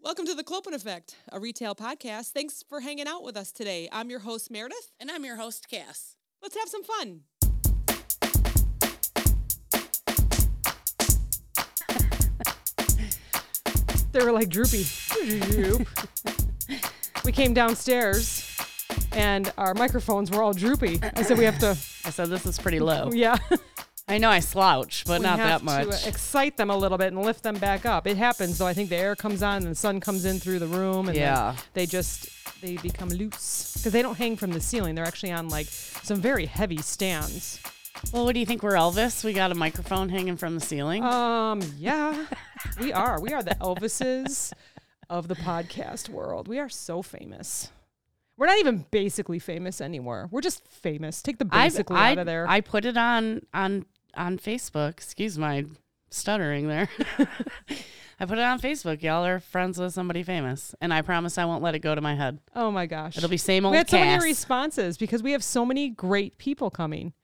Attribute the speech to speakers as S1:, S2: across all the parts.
S1: Welcome to the Clopen Effect, a retail podcast. Thanks for hanging out with us today. I'm your host, Meredith.
S2: And I'm your host, Cass.
S1: Let's have some fun. they were like droopy. Droop. we came downstairs and our microphones were all droopy. I said we have to,
S2: I said this is pretty low.
S1: yeah,
S2: I know I slouch, but
S1: we
S2: not
S1: have
S2: that much.
S1: to uh, excite them a little bit and lift them back up. It happens though. I think the air comes on and the sun comes in through the room and then
S2: Yeah.
S1: they just they become loose because they don't hang from the ceiling. They're actually on like some very heavy stands.
S2: well, what do you think? We're Elvis. We got a microphone hanging from the ceiling.
S1: Um, yeah, we are. We are the Elvises of the podcast world. We are so famous. We're not even basically famous anymore. We're just famous. Take the
S2: I-
S1: basically
S2: I,
S1: out of there.
S2: I put it on on on Facebook. Excuse my stuttering there. I put it on Facebook. Y'all are friends with somebody famous, and I promise I won't let it go to my head.
S1: oh my gosh.
S2: It'll be same old
S1: we had so
S2: Cass.
S1: many responses because we have so many great people coming.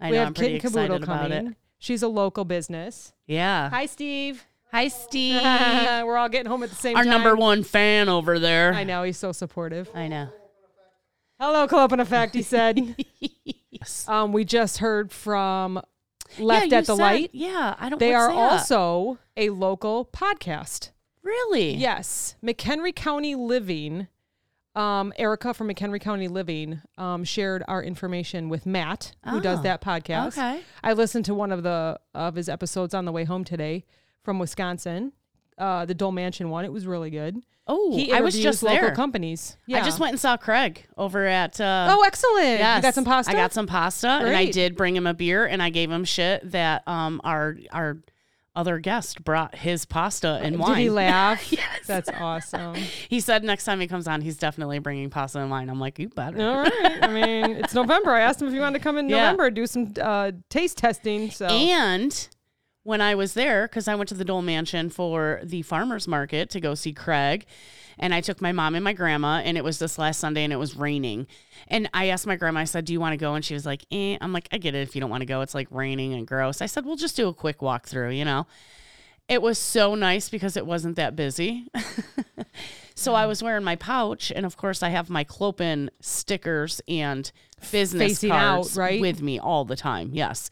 S2: I
S1: we
S2: know.
S1: have
S2: I'm pretty
S1: Kit
S2: excited
S1: Caboodle
S2: about
S1: coming.
S2: it.
S1: She's a local business.
S2: Yeah.
S1: Hi, Steve.
S2: Hi, Steve.
S1: We're all getting home at the same
S2: Our
S1: time.
S2: number one fan over there.
S1: I know he's so supportive.
S2: I know.
S1: Hello, Clopen Effect. He said. um, we just heard from Left
S2: Yeah, you
S1: at the
S2: said-
S1: Light.
S2: Yeah, I don't.
S1: They
S2: what's
S1: are
S2: that?
S1: also a local podcast.
S2: really.
S1: Yes, McHenry County Living. Um, Erica from McHenry County Living um, shared our information with Matt, who does
S2: Oh,
S1: that podcast.
S2: okay.
S1: I listened to one of the of his episodes on the way home today from Wisconsin, uh, the Dole Mansion one. It was really good.
S2: Oh,
S1: He
S2: I was
S1: interviews
S2: just
S1: local
S2: there.
S1: companies.
S2: I just went and saw Craig over at. Uh,
S1: Oh, excellent!
S2: yes,
S1: you got some pasta.
S2: I got some pasta, and I
S1: Great.
S2: did bring him a beer, and I gave him shit that um our our other guest brought his pasta and wine.
S1: Did he laugh? yes, that's awesome.
S2: He said next time he comes on, he's definitely bringing pasta and wine. I'm like, you better.
S1: All right. I mean, it's November. I asked him if he wanted to come in
S2: Yeah.
S1: November do some uh, taste testing. So
S2: And when I was there, because I went to the Dole Mansion for the farmers market to go see Craig, and I took my mom and my grandma, and it was this last Sunday, and it was raining. And I asked my grandma, I said, "Do you want to go?" And she was like, eh. "I'm like, I get it if you don't want to go. It's like raining and gross." I said, "We'll just do a quick walk through, you know." It was so nice because it wasn't that busy. so I was wearing my pouch, and of course, I have my Clopin stickers and business
S1: Facing out,
S2: cards
S1: right?
S2: with me all the time. Yes.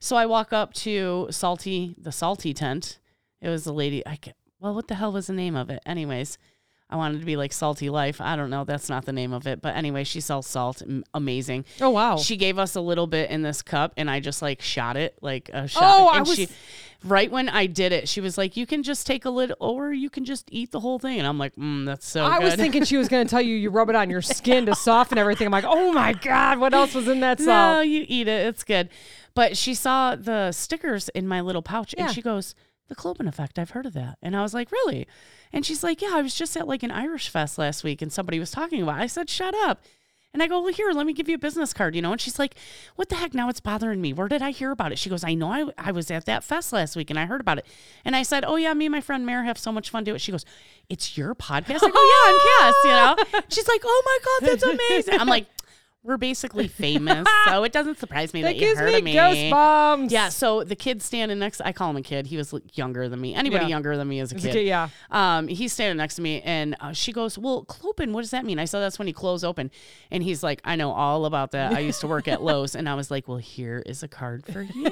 S2: So I walk up to Salty, the Salty tent. It was a lady. I can well, what the hell was the name of it? Anyways, I wanted to be like Salty Life. I don't know. That's not the name of it. But anyway, she sells salt. M- amazing.
S1: oh wow,
S2: She gave us a little bit in this cup, and I just like shot it like a shot.
S1: Oh, I
S2: and she,
S1: was-
S2: right when I did it, she was like, "You can just take a little, or you can just eat the whole thing." And I'm like, mm, "That's so."
S1: I
S2: good.
S1: was thinking she was going to tell you you rub it on your skin to soften everything. I'm like, oh my god, what else was in that
S2: No,
S1: salt?
S2: you eat it. It's good. But she saw the stickers in my little pouch
S1: Yeah.
S2: and she goes, The Clopen effect, I've heard of that. And I was like, Really? And she's like, Yeah, I was just at like an Irish fest last week and somebody was talking about it. I said, Shut up. And I go, Well, here, let me give you a business card, you know? And she's like, What the heck? Now it's bothering me. Where did I hear about it? She goes, I know I, I was at that fest last week and I heard about it. And I said, Oh, yeah, me and my friend Mare have so much fun doing it. She goes, It's your podcast? I go, Yeah, and Cass, you know? She's like, Oh my God, that's amazing. I'm like, we're basically famous, so it doesn't surprise me that,
S1: That
S2: you
S1: gives
S2: heard
S1: me
S2: of me.
S1: ghost bombs.
S2: Yeah, so the kid standing next, I call him a kid. He was like, younger than me. Anybody
S1: Yeah.
S2: younger than me is a
S1: It's a
S2: kid.
S1: kid, yeah.
S2: Um, he's standing next to me, and uh, she goes, "Well, clopen, what does that mean?" I said, "That's when you close open," and he's like, "I know all about that. I used to work at Lowe's," and I was like, "Well, here is a card for you."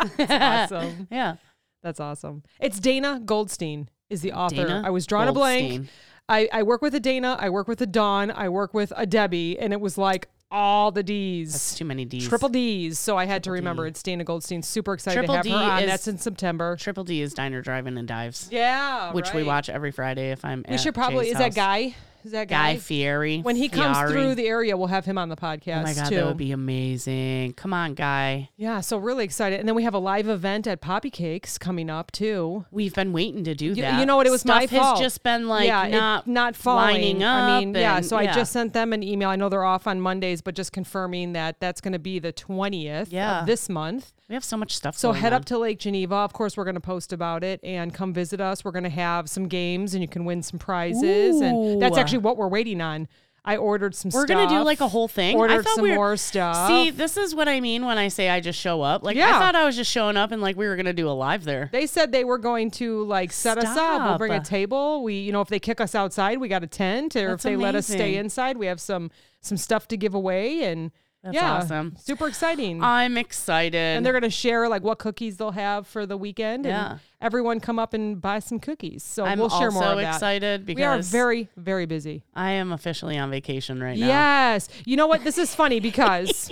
S1: awesome.
S2: yeah,
S1: That's awesome. It's Dana Goldstein is the author.
S2: Dana
S1: I was drawing a blank.
S2: Goldstein.
S1: I, I work with a Dana. I work with a Dawn. I work with a Debbie, and it was like all the D's.
S2: it's too many D's.
S1: Triple D's, so I had to remember it's Dana Goldstein. Super excited
S2: Triple
S1: to have
S2: D
S1: her on.
S2: is-
S1: That's in September.
S2: Triple D is diner driving and dives,
S1: Yeah,
S2: which we
S1: right.
S2: watch every Friday. If I'm,
S1: We should probably is that guy? Is that guy?
S2: Guy Fieri.
S1: when he comes
S2: Fieri.
S1: through the area, we'll have him on the podcast
S2: Oh my god,
S1: too.
S2: that would be amazing. Come on, guy.
S1: yeah, so really excited. And then we have a live event at Poppy Cakes coming up too.
S2: We've been waiting to do
S1: You-
S2: that.
S1: you know what? It was
S2: Stuff
S1: my fault.
S2: has just been like
S1: yeah, it-
S2: not
S1: not falling.
S2: lining up.
S1: I mean, yeah.
S2: and-
S1: So I just sent them an email. I know they're off on Mondays, but just confirming that that's going to be the twentieth
S2: Yeah.
S1: of this month.
S2: we have so much stuff.
S1: So
S2: going
S1: head
S2: on.
S1: up to Lake Geneva. Of course, we're going to post about it and come visit us. We're going to have some games and you can win some prizes. And that's
S2: Ooh.
S1: actually what we're waiting on. I ordered some
S2: We're
S1: stuff.
S2: gonna do like a whole thing.
S1: Ordered
S2: I thought
S1: some
S2: we were,
S1: more stuff.
S2: See, this is what I mean when I say I just show up. Like I
S1: Yeah.
S2: thought I was just showing up and like we were gonna do a live there.
S1: They said they were going to like set us up. We'll
S2: Stop.
S1: bring a table. We, you know, if they kick us outside, we got a tent. Or
S2: That's
S1: if they let us stay
S2: amazing.
S1: inside, we have some some stuff to give away. And
S2: That's
S1: yeah,
S2: awesome. Um,
S1: super exciting.
S2: I'm excited.
S1: and they're going to share like what cookies they'll have for the weekend.
S2: Yeah.
S1: And everyone come up and buy some cookies. So
S2: I'm
S1: we'll share more
S2: also
S1: of that.
S2: excited
S1: We are
S2: because
S1: very very busy.
S2: I am officially on vacation right now.
S1: Yes. You know what? This is funny because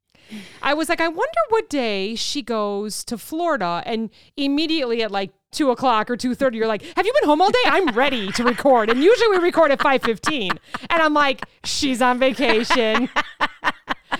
S1: I was like, I wonder what day she goes to Florida, and immediately at like two o'clock or two thirty, you're like, "Have you been home all day? I'm ready to record." And usually we record at five fifteen, and I'm like, "She's on vacation."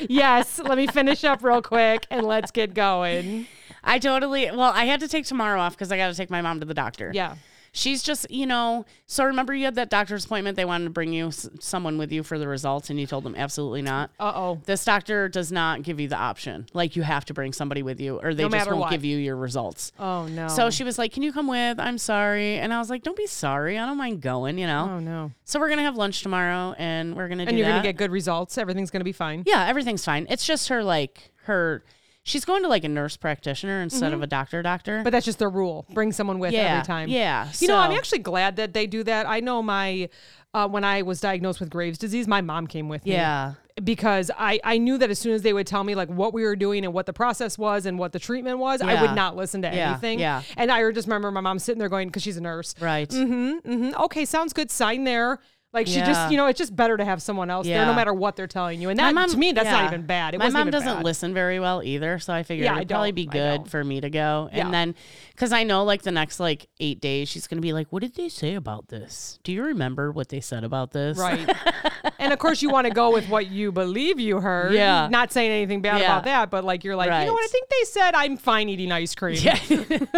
S1: yes, let me finish up real quick and let's get going.
S2: I totally. Well, I had to take tomorrow off because I got to take my mom to the doctor.
S1: Yeah.
S2: She's just, you know. So remember, you had that doctor's appointment. They wanted to bring you s- someone with you for the results, and you told them absolutely not.
S1: Uh oh.
S2: This doctor does not give you the option. Like you have to bring somebody with you, or they
S1: No
S2: just
S1: matter
S2: won't
S1: what.
S2: give you your results.
S1: Oh no.
S2: So she was like, "Can you come with? I'm sorry." And I was like, "Don't be sorry. I don't mind going." You know.
S1: Oh no.
S2: So we're gonna have lunch tomorrow, and we're gonna do
S1: And you're
S2: that.
S1: gonna get good results. Everything's gonna be fine.
S2: Yeah, everything's fine. It's just her like her she's going to like a nurse practitioner instead of a doctor doctor.
S1: Mm-hmm. But that's just their rule. Bring someone with
S2: yeah,
S1: every time.
S2: Yeah.
S1: You know, I'm
S2: so-
S1: actually glad that they do that. I know my uh, when I was diagnosed with Graves' disease, my mom came with me.
S2: Yeah.
S1: Because I I knew that as soon as they would tell me like what we were doing and what the process was and what the treatment was, I
S2: Yeah.
S1: would not listen to
S2: Yeah,
S1: anything.
S2: yeah.
S1: And I just remember my mom sitting there going because she's a nurse.
S2: Right.
S1: hmm Okay, sounds good. Sign there. Like she
S2: Yeah.
S1: just, you know, it's just better to have someone else there,
S2: Yeah.
S1: no matter what they're telling you. And that to me, that's not
S2: yeah.
S1: even bad. It
S2: my
S1: wasn't
S2: mom
S1: even
S2: doesn't
S1: bad.
S2: listen very well either, so I figured
S1: Yeah, I
S2: it'd probably
S1: don't.
S2: be
S1: I
S2: good
S1: don't.
S2: for me to go.
S1: Yeah.
S2: And then, because I know like the next like eight days, she's gonna be like, "What did they say about this? Do you remember what they said about this?"
S1: Right. and of course, you want to go with what you believe you heard.
S2: Yeah.
S1: Not saying anything bad
S2: Yeah.
S1: about that, but like you're like, you know what? I
S2: Right.
S1: think they said I'm fine eating ice cream
S2: Yeah.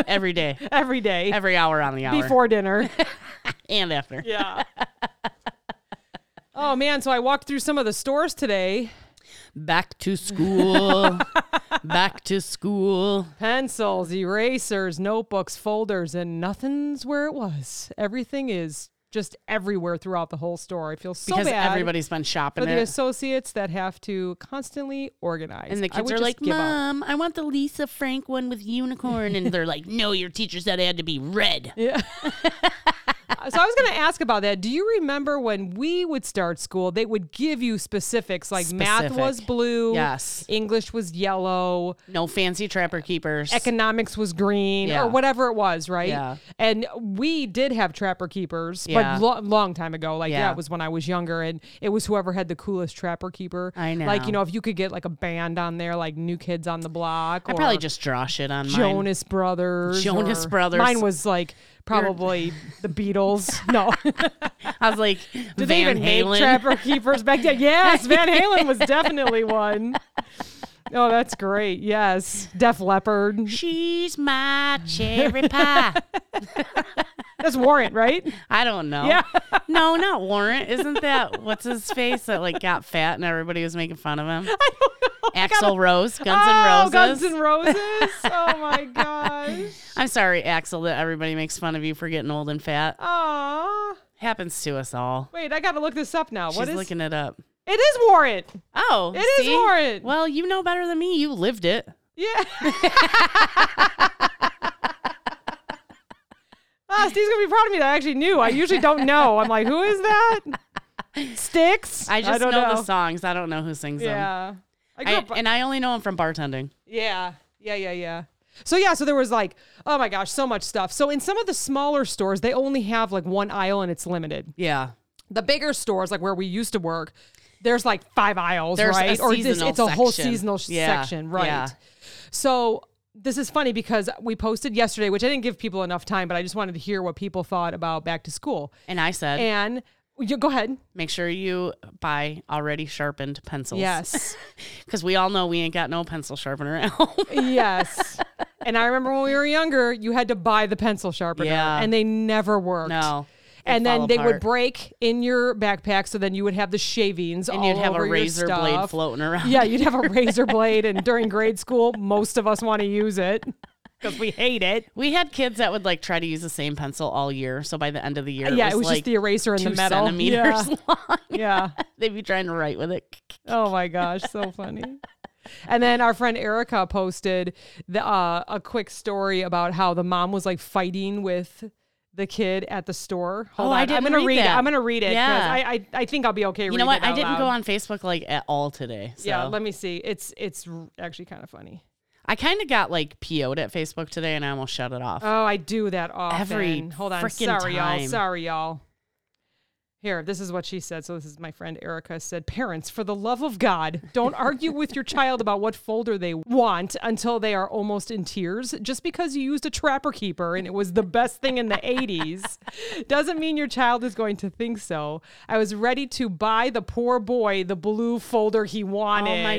S2: every day,
S1: every day
S2: every hour on the hour,
S1: before dinner.
S2: and after.
S1: yeah. Oh man, so I walked through some of the stores today.
S2: Back to school. Back to school.
S1: Pencils, erasers, notebooks, folders, and nothing's where it was. Everything is just everywhere throughout the whole store. I feel so
S2: because
S1: bad
S2: everybody's been shopping
S1: for the
S2: it.
S1: associates that have to constantly organize.
S2: And the
S1: I
S2: kids
S1: would
S2: are
S1: just
S2: like,
S1: give up.
S2: "Mom, I want the Lisa Frank one with unicorn," and they're like, "No, your teacher said it had to be red."
S1: Yeah. so I was going to ask about that. Do you remember when we would start school, they would give you specifics like math was
S2: Specific.
S1: blue,
S2: Yes.
S1: English was yellow,
S2: No fancy trapper keepers.
S1: economics was green
S2: Yeah.
S1: or whatever it was, right?
S2: Yeah.
S1: And we did have trapper keepers,
S2: Yeah.
S1: but lo- long time ago. Like
S2: Yeah.
S1: that was when I was younger and it was whoever had the coolest trapper keeper.
S2: I
S1: Like, you
S2: know.
S1: know, if you could get like a band on there like New Kids on the Block
S2: I
S1: or
S2: probably just draw shit on mine.
S1: Jonas Brothers.
S2: Jonas
S1: or-
S2: Brothers.
S1: Mine was like probably the Beatles. No.
S2: I was like,
S1: Did they
S2: Van
S1: even
S2: Halen.
S1: make Trapper Keepers back then? Yes, Van Halen was definitely one. Oh, that's great. Yes. Def Leppard.
S2: She's my cherry pie.
S1: That's Warrant, right?
S2: I don't know.
S1: Yeah.
S2: no, not Warrant. Isn't that what's his face that like got fat and everybody was making fun of him? I don't know. Axl Rose, Guns N'
S1: oh,
S2: Roses.
S1: Guns N' Roses. Oh my gosh.
S2: I'm sorry, Axel, that everybody makes fun of you for getting old and fat.
S1: Aw.
S2: Happens to us all.
S1: Wait, I gotta look this up now.
S2: She's
S1: what is
S2: looking it up.
S1: it is Warrant.
S2: Oh,
S1: It is
S2: see?
S1: Warrant.
S2: Well, you know better than me. You lived it.
S1: Yeah. Ah, Steve's gonna be proud of me that I actually knew. I usually don't know. I'm like, who is that? Sticks.
S2: I just
S1: don't
S2: know, the songs. I don't know who sings them.
S1: Yeah. I grew
S2: I,
S1: up-
S2: and I only know them from bartending.
S1: yeah. Yeah. Yeah. Yeah. So yeah, so there was like, oh my gosh, so much stuff. So in some of the smaller stores, they only have like one aisle and it's limited.
S2: Yeah.
S1: The bigger stores, like where we used to work, there's like five aisles,
S2: There's a
S1: right? or it's,
S2: seasonal
S1: it's a whole
S2: section.
S1: seasonal sh-
S2: Yeah,
S1: section, right?
S2: yeah.
S1: So this is funny because we posted yesterday, which I didn't give people enough time, but I just wanted to hear what people thought about back to school.
S2: And I said,
S1: And you, go ahead.
S2: make sure you buy already sharpened pencils.
S1: Yes.
S2: Because we all know we ain't got no pencil sharpener at home.
S1: yes. And I remember when we were younger, you had to buy the pencil sharpener,
S2: Yeah.
S1: and they never worked.
S2: no.
S1: And then
S2: fall
S1: they would
S2: apart.
S1: break in your backpack, so then you would have the shavings,
S2: And you'd have a razor blade floating around.
S1: Yeah, you'd have a razor blade, and during grade school, most of us want to use it. because we hate it.
S2: We had kids that would like try to use the same pencil all year. So by the end of the year,
S1: yeah, it was
S2: like
S1: just the eraser and
S2: two
S1: the metal.
S2: centimeters long.
S1: Yeah. yeah.
S2: They'd be trying to write with it.
S1: Oh my gosh, so funny. And then our friend Erica posted the, uh, a quick story about how the mom was like fighting with the kid at the store. Hold
S2: Oh,
S1: on.
S2: I
S1: am
S2: didn't
S1: gonna read,
S2: read
S1: it.
S2: that.
S1: I'm gonna read it 'cause
S2: Yeah.
S1: I, I I think I'll be okay.
S2: You know what? I didn't go on Facebook like at all today. So
S1: Yeah, let me see. It's it's r- actually kind of funny.
S2: I kind of got like PO'd at Facebook today and I almost shut it off.
S1: Oh, I do that often. Hold on.
S2: frickin'
S1: Sorry, y'all.
S2: time.
S1: Sorry, y'all. Here, this is what she said. So this is my friend Erica said, "Parents, for the love of God, don't argue with your child about what folder they want until they are almost in tears. Just because you used a trapper keeper and it was the best thing in the 80s doesn't mean your child is going to think so. I was ready to buy the poor boy the blue folder he wanted.
S2: oh my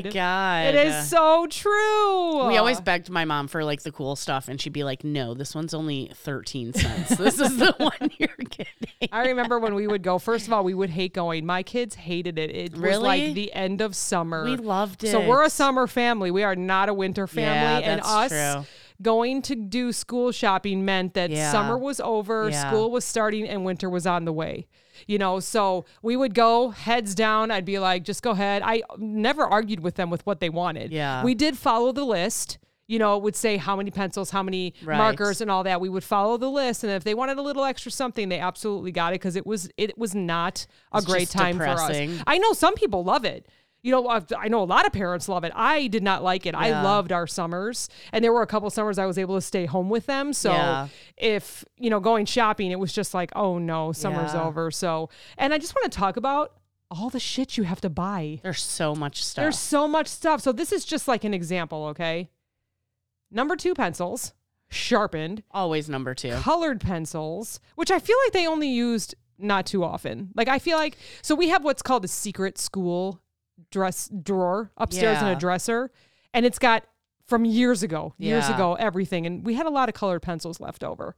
S1: It
S2: God.
S1: is so true.
S2: We always begged my mom for like the cool stuff, and she'd be like, "No, this one's only thirteen cents. This is the one you're getting."
S1: I remember when we would go. First of all, we would hate going. My kids hated it. It was
S2: Really?
S1: like the end of summer.
S2: We loved
S1: So we're a
S2: it.
S1: summer family. We are not a winter family.
S2: Yeah,
S1: and us
S2: that's true.
S1: going to do school shopping meant that
S2: Yeah.
S1: summer was over,
S2: Yeah.
S1: school was starting, and winter was on the way. You know, so we would go heads down. I'd be like, just go ahead. I never argued with them with what they wanted.
S2: Yeah.
S1: We did follow the list. You know, it would say how many pencils, how many
S2: Right.
S1: markers, and all that. We would follow the list, and if they wanted a little extra something, they absolutely got it because it was it was not a
S2: It's
S1: great
S2: just
S1: time for us.
S2: depressing.
S1: I know some people love it. You know, I've- I know a lot of parents love it. I did not like it. I
S2: Yeah.
S1: loved our summers, and there were a couple summers I was able to stay home with them. So
S2: Yeah.
S1: if you know going shopping, it was just like, oh no, summer's
S2: Yeah.
S1: over. So, and I just want to talk about all the shit you have to buy.
S2: There's so much stuff.
S1: There's so much stuff. So this is just like an example, okay? Number two pencils, sharpened,
S2: always number two.
S1: colored pencils, which I feel like they only used not too often. Like I feel like so we have what's called a secret school dress drawer upstairs in
S2: Yeah.
S1: a dresser, and it's got from years ago, years
S2: Yeah.
S1: ago, everything. And we had a lot of colored pencils left over.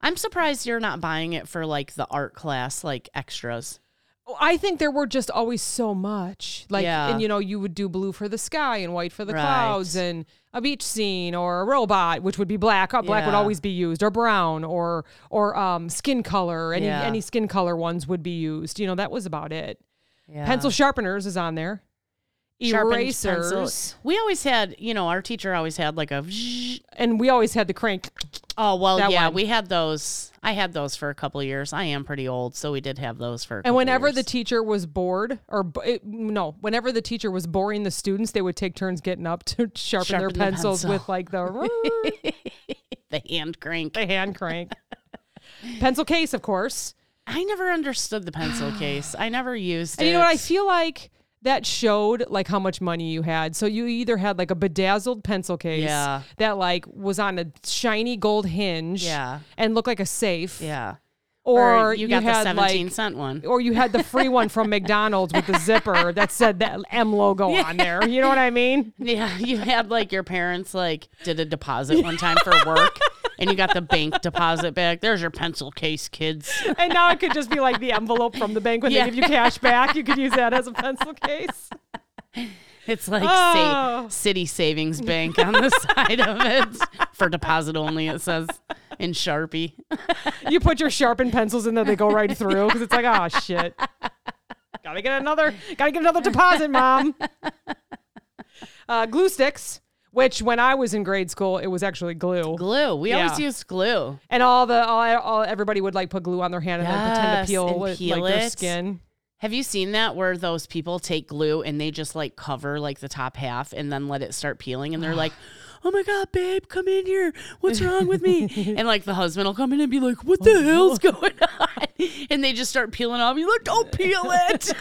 S2: I'm surprised you're not buying it for like the art class, like extras.
S1: Oh, I think there were just always so much. Like,
S2: Yeah.
S1: and you know, you would do blue for the sky and white for the
S2: Right.
S1: clouds and a beach scene or a robot, which would be black. Uh, Black would
S2: Yeah.
S1: always be used or brown or, or um, skin color. Any,
S2: Yeah.
S1: any skin color ones would be used. You know, that was about it.
S2: Yeah.
S1: Pencil sharpeners is on there.
S2: Sharpened
S1: Erasers.
S2: pencil. We always had, you know, our teacher always had like a. vzz.
S1: And we always had the crank.
S2: Oh well,
S1: That
S2: yeah,
S1: one.
S2: we had those. I had those for a couple of years. I am pretty old, so we did have those for. A
S1: And
S2: couple
S1: whenever
S2: years.
S1: the teacher was bored, or b- it, no, whenever the teacher was boring the students, they would take turns getting up to sharpen, their
S2: Sharpen the
S1: pencils
S2: pencil.
S1: with like the
S2: the hand crank.
S1: a hand crank. Pencil case, of course.
S2: I never understood the pencil case. I never used
S1: And
S2: it.
S1: you know what? I feel like that showed like how much money you had. So you either had like a bedazzled pencil case
S2: Yeah.
S1: that like was on a shiny gold hinge
S2: Yeah.
S1: and looked like a safe.
S2: Yeah.
S1: Or, you,
S2: got
S1: had
S2: the seventeen
S1: like
S2: cent one.
S1: or you had the free one from McDonald's with the zipper that said that M logo on there. You know what I mean?
S2: Yeah, you had like your parents like did a deposit one time for work and you got the bank deposit back. There's your pencil case, kids.
S1: And now it could just be like the envelope from the bank when
S2: Yeah.
S1: they give you cash back. You could use that as a pencil case.
S2: It's like
S1: Oh.
S2: sa- City Savings Bank on the side of it for deposit only it says in Sharpie.
S1: you put your sharpened pencils in there, they go right through because it's like, oh shit. Gotta get another, gotta get another deposit, mom. Uh, glue sticks, which when I was in grade school, it was actually glue,
S2: Glue. We always
S1: Yeah.
S2: used glue.
S1: and all the all, all everybody would like put glue on their hand and then pretend
S2: Yes,
S1: to peel,
S2: and
S1: it,
S2: peel
S1: like their
S2: it.
S1: skin.
S2: Have you seen that where those people take glue and they just like cover like the top half and then let it start peeling and they're like, "Oh my god, babe, come in here. What's wrong with me?" and like the husband will come in and be like, "What the hell's
S1: Oh,
S2: going on?" And they just start peeling off. You like, "Don't peel it."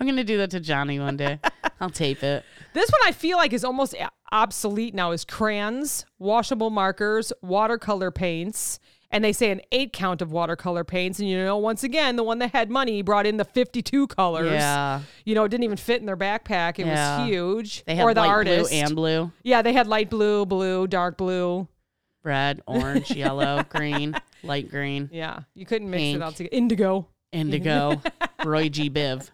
S2: I'm gonna do that to Johnny one day. I'll tape it.
S1: This one I feel like is almost a- obsolete now is crayons, washable markers, watercolor paints. And they say an eight count of watercolor paints. And you know, once again, the one that had money brought in the 52 colors.
S2: Yeah.
S1: You know, it didn't even fit in their backpack. It
S2: Yeah.
S1: was huge.
S2: They have
S1: or the
S2: light
S1: artist.
S2: blue and blue,
S1: yeah, they had light blue, blue, dark blue.
S2: red, orange, yellow, green, light green,
S1: Yeah. You couldn't mix
S2: Pink.
S1: it all together. Indigo.
S2: indigo, Roy G. Biv.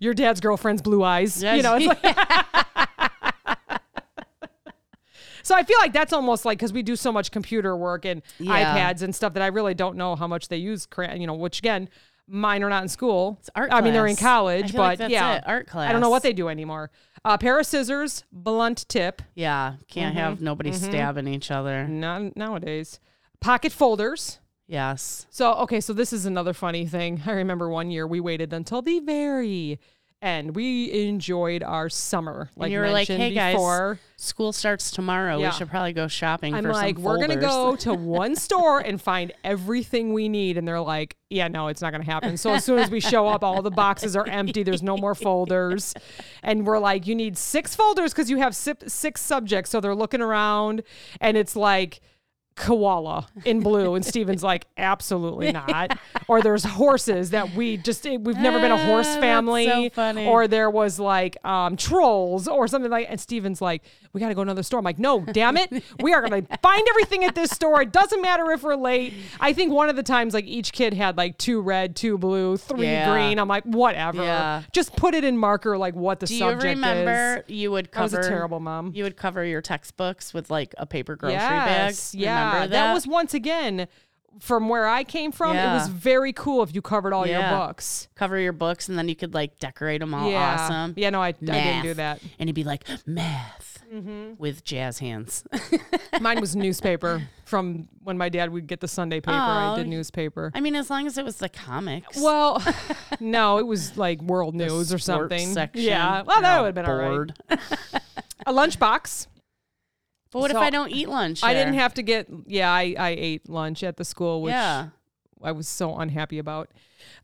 S1: Your dad's girlfriend's blue eyes. You
S2: Yes.
S1: know, it's like, So I feel like that's almost like because we do so much computer work and
S2: Yeah.
S1: iPads and stuff that I really don't know how much they use. cra- You know, which again, mine are not in school. It's
S2: art
S1: I mean, they're in
S2: class. I
S1: college,
S2: feel
S1: but
S2: like that's
S1: yeah,
S2: it, art
S1: I don't know what
S2: class.
S1: they do anymore. A pair of scissors, blunt tip.
S2: Yeah, can't
S1: Mm-hmm.
S2: have nobody stabbing each other.
S1: Not nowadays. Pocket folders.
S2: Yes.
S1: So, okay, so this is another funny thing. I remember one year we waited until the very end. We enjoyed our summer. Like
S2: and you were like,
S1: mentioned
S2: "Hey guys,
S1: before.
S2: school starts tomorrow.
S1: Yeah.
S2: We should probably go shopping
S1: I'm
S2: for
S1: like,
S2: some
S1: we're
S2: folders."
S1: gonna go to one store and find everything we need, and they're like, yeah, no, it's not gonna happen. So as soon as we show up, all the boxes are empty. There's no more folders, and we're like, you need six folders because you have sip- six subjects. So they're looking around, and it's like. Koala in blue, and Steven's like, absolutely not. Or there's horses that we just eh, we've never been a
S2: Ah,
S1: horse
S2: that's so
S1: family,
S2: funny.
S1: or there was like um, trolls or something like and steven's like we gotta go to another store i'm like no damn it we are gonna find everything at this store it doesn't matter if we're late i think one of the times like each kid had like two red two blue three
S2: Yeah.
S1: green i'm like whatever
S2: Yeah.
S1: just put it in marker like what the
S2: Do you
S1: subject
S2: remember
S1: is
S2: you would
S1: I was
S2: cover
S1: a terrible mom.
S2: You would cover your textbooks with like a paper grocery
S1: yes,
S2: bag.
S1: yeah
S2: Remember that?
S1: was once again from where i came from it was
S2: Yeah.
S1: very cool if you covered all
S2: Yeah.
S1: your books
S2: cover your books and then you could like decorate them all
S1: yeah
S2: awesome.
S1: yeah no I, I didn't
S2: Math.
S1: do that
S2: And it'd be like math
S1: Mm-hmm.
S2: with jazz hands.
S1: Mine was newspaper from when my dad would get the Sunday paper. I
S2: Oh,
S1: did
S2: y-
S1: newspaper.
S2: I mean, as long as it was the comics.
S1: Well, no, it was like world news or
S2: sports
S1: something.
S2: Section.
S1: Yeah. Well,
S2: You're
S1: that
S2: all
S1: would have been all right.
S2: bored.
S1: A lunchbox.
S2: But what
S1: So,
S2: if I don't eat lunch?
S1: I didn't
S2: there?
S1: have to get, yeah, I, I ate lunch at the school, which
S2: Yeah.
S1: I was so unhappy about.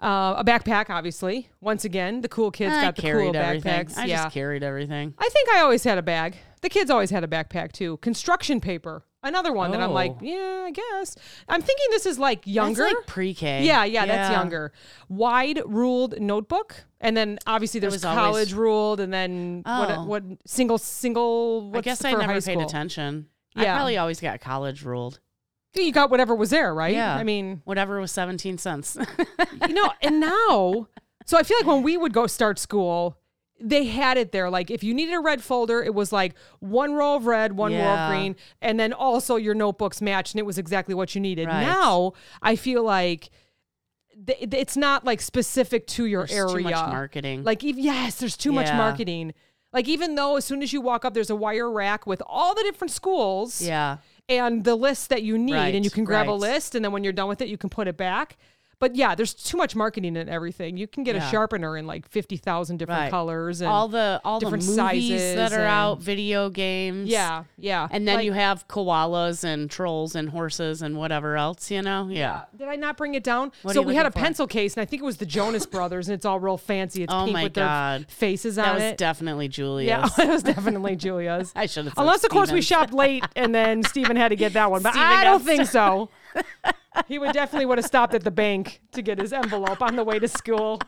S1: Uh, a backpack, obviously. Once again, the cool kids
S2: I
S1: got the
S2: carried
S1: cool
S2: everything.
S1: backpacks.
S2: I
S1: yeah.
S2: just carried everything.
S1: I think I always had a bag. The kids always had a backpack too. Construction paper. Another one that I'm like,
S2: Oh.
S1: yeah, I guess. I'm thinking this is like younger.
S2: That's like pre-K.
S1: Yeah, yeah, that's younger. Wide ruled notebook, and then obviously there's
S2: was always-
S1: college ruled, and then
S2: Oh.
S1: what? What single single? What's
S2: I guess
S1: for
S2: I never
S1: high
S2: paid
S1: school?
S2: attention.
S1: Yeah.
S2: I probably always got college ruled.
S1: You got whatever was there, right?
S2: Yeah.
S1: I mean,
S2: Whatever was 17 cents.
S1: you know, and now, so I feel like when we would go start school. They had it there. Like, if you needed a red folder, it was like one row of red, one row
S2: Yeah.
S1: of green, and then also your notebooks matched, and it was exactly what you needed.
S2: Right.
S1: Now, I feel like th- it's not like specific to your
S2: There's
S1: area.
S2: Too much marketing.
S1: Like, ev- yes, there's too much
S2: Mm-hmm. Yeah.
S1: marketing. Like, even though as soon as you walk up, there's a wire rack with all the different schools
S2: yeah.
S1: and the list that you need, and
S2: Right,
S1: you can grab a
S2: right.
S1: list, and then when you're done with it, you can put it back. But yeah, there's too much marketing and everything. You can get a
S2: Yeah.
S1: sharpener in like fifty thousand different
S2: Right.
S1: colors and
S2: all the all the
S1: different
S2: movies that
S1: sizes
S2: are
S1: and-
S2: out, video games.
S1: yeah, yeah.
S2: And then
S1: Like,
S2: you have koalas and trolls and horses and whatever else, you know? Yeah.
S1: uh, did I not bring it down?
S2: What are
S1: so
S2: you
S1: we had a
S2: looking for?
S1: pencil case, and I think it was the Jonas Brothers, and it's all real fancy. It's
S2: Oh
S1: pink
S2: my
S1: with their
S2: God.
S1: faces on
S2: That was
S1: it.
S2: definitely Julia's.
S1: yeah, it was definitely Julia's.
S2: I should have said
S1: Unless, of course, we
S2: Stevens.
S1: shopped late and then Steven had to get that one. But
S2: Steven
S1: I
S2: got
S1: don't think so. He would definitely would have stopped at the bank to get his envelope on the way to school.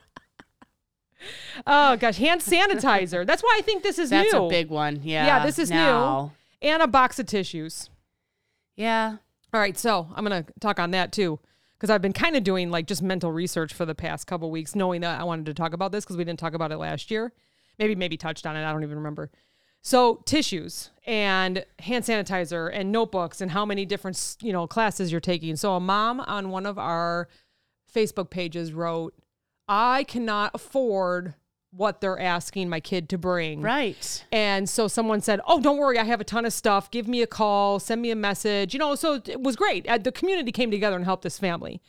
S1: Oh gosh, hand sanitizer. That's why I think this is
S2: That's
S1: new.
S2: a big one. Yeah.
S1: yeah, this is
S2: now.
S1: new. And a box of tissues.
S2: Yeah.
S1: All right, so I'm gonna talk on that too. Because I've been kind of doing like just mental research for the past couple weeks, knowing that I wanted to talk about this because we didn't talk about it last year. Maybe, maybe touched on it. I don't even remember. So tissues and hand sanitizer and notebooks and how many different s- you know classes you're taking. So a mom on one of our Facebook pages wrote, "I cannot afford what they're asking my kid to bring."
S2: Right.
S1: And so someone said, "Oh, don't worry, I have a ton of stuff. Give me a call, send me a message." You know, so it was great. Uh, The community came together and helped this family.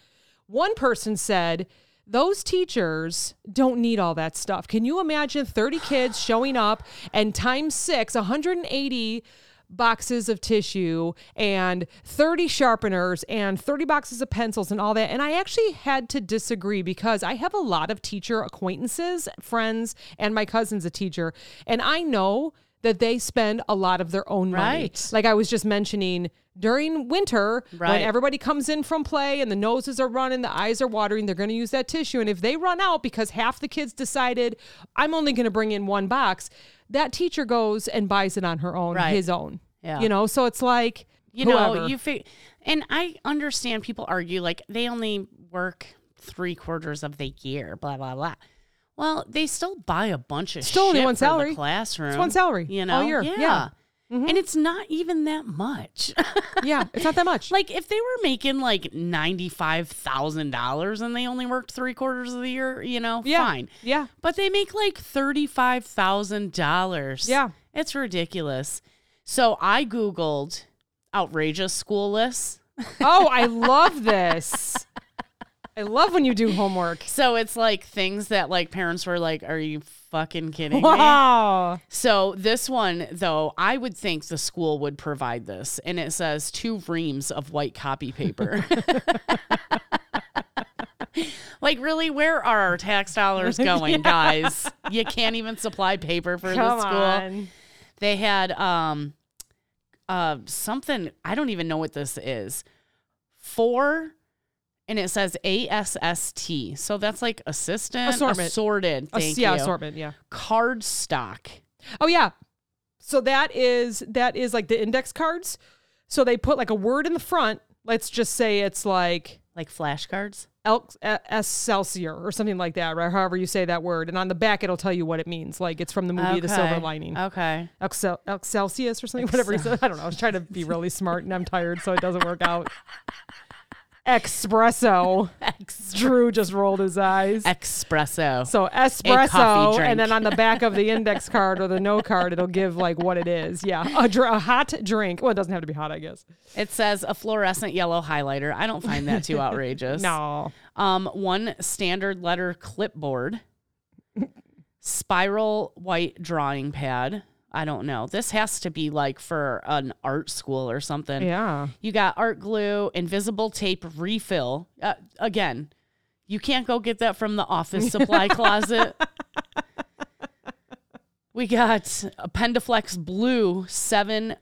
S1: One person said, "Those teachers don't need all that stuff. Can you imagine 30 kids showing up and times 6, 180 boxes of tissue and 30 sharpeners and 30 boxes of pencils and all that. And I actually had to disagree because I have a lot of teacher acquaintances, friends, and my cousin's a teacher. And I know that they spend a lot of their own money.
S2: Right.
S1: Like I was just mentioning during winter, when
S2: Right.
S1: everybody comes in from play and the noses are running, the eyes are watering, they're going to use that tissue. And if they run out because half the kids decided, I'm only going to bring in one box, that teacher goes and buys it on her own,
S2: Right.
S1: his own.
S2: Yeah.
S1: You know, so it's like,
S2: You know,
S1: whoever.
S2: you fig- and I understand people argue like they only work three quarters of the year, blah blah blah. Well, they still buy a bunch of
S1: Still
S2: shit
S1: only one
S2: for the
S1: salary.
S2: classroom.
S1: one salary
S2: you know.
S1: all year. Yeah. Mm-hmm.
S2: yeah. And it's not even that much.
S1: Yeah, it's not that much.
S2: like if they were making like $95,000 and they only worked 3 quarters of the year, you know,
S1: yeah.
S2: fine.
S1: Yeah.
S2: But they make like $35,000.
S1: Yeah.
S2: It's ridiculous. So I googled outrageous school lists.
S1: Oh, I love this. I love when you do homework.
S2: So it's like things that like parents were like, "Are you fucking kidding me?"
S1: Wow.
S2: So this one though, I would think the school would provide this, and it says two reams of white copy paper. like really, where are our tax dollars going, guys? You can't even supply paper for
S1: Come
S2: the school.
S1: on.
S2: They had um uh something I don't even know what this is. Four and it says ASST. So that's like assistant
S1: Assortment.
S2: assorted.
S1: Ass-
S2: Thank
S1: yeah,
S2: you.
S1: assortment. Yeah.
S2: Card stock.
S1: Oh yeah. So that is that is like the index cards. So they put like a word in the front. Let's just say it's like
S2: Like flashcards.
S1: elk excelsior or something like that, right? However you say that word, and on the back it'll tell you what it means. Like it's from the movie The Silver Lining.
S2: Okay. Oh.
S1: Excel, Excelsius or something, whatever he said. I don't know. I was trying to be really smart and I'm tired, so it doesn't work out. Espresso.
S2: Ex-
S1: Drew just rolled his eyes.
S2: espresso.
S1: So espresso,
S2: drink.
S1: and then on the back of the index card or the no card, it'll give like what it is. Yeah, a, dr- a hot drink. Well, it doesn't have to be hot, I guess.
S2: it says a fluorescent yellow highlighter. I don't find that too outrageous.
S1: No,
S2: Um, one standard letter clipboard, spiral white drawing pad. I don't know. This has to be like for an art school or something.
S1: yeah,
S2: You got art glue, invisible tape refill. Uh, again, you can't go get that from the office supply closet. We got a Pendaflex Blue seven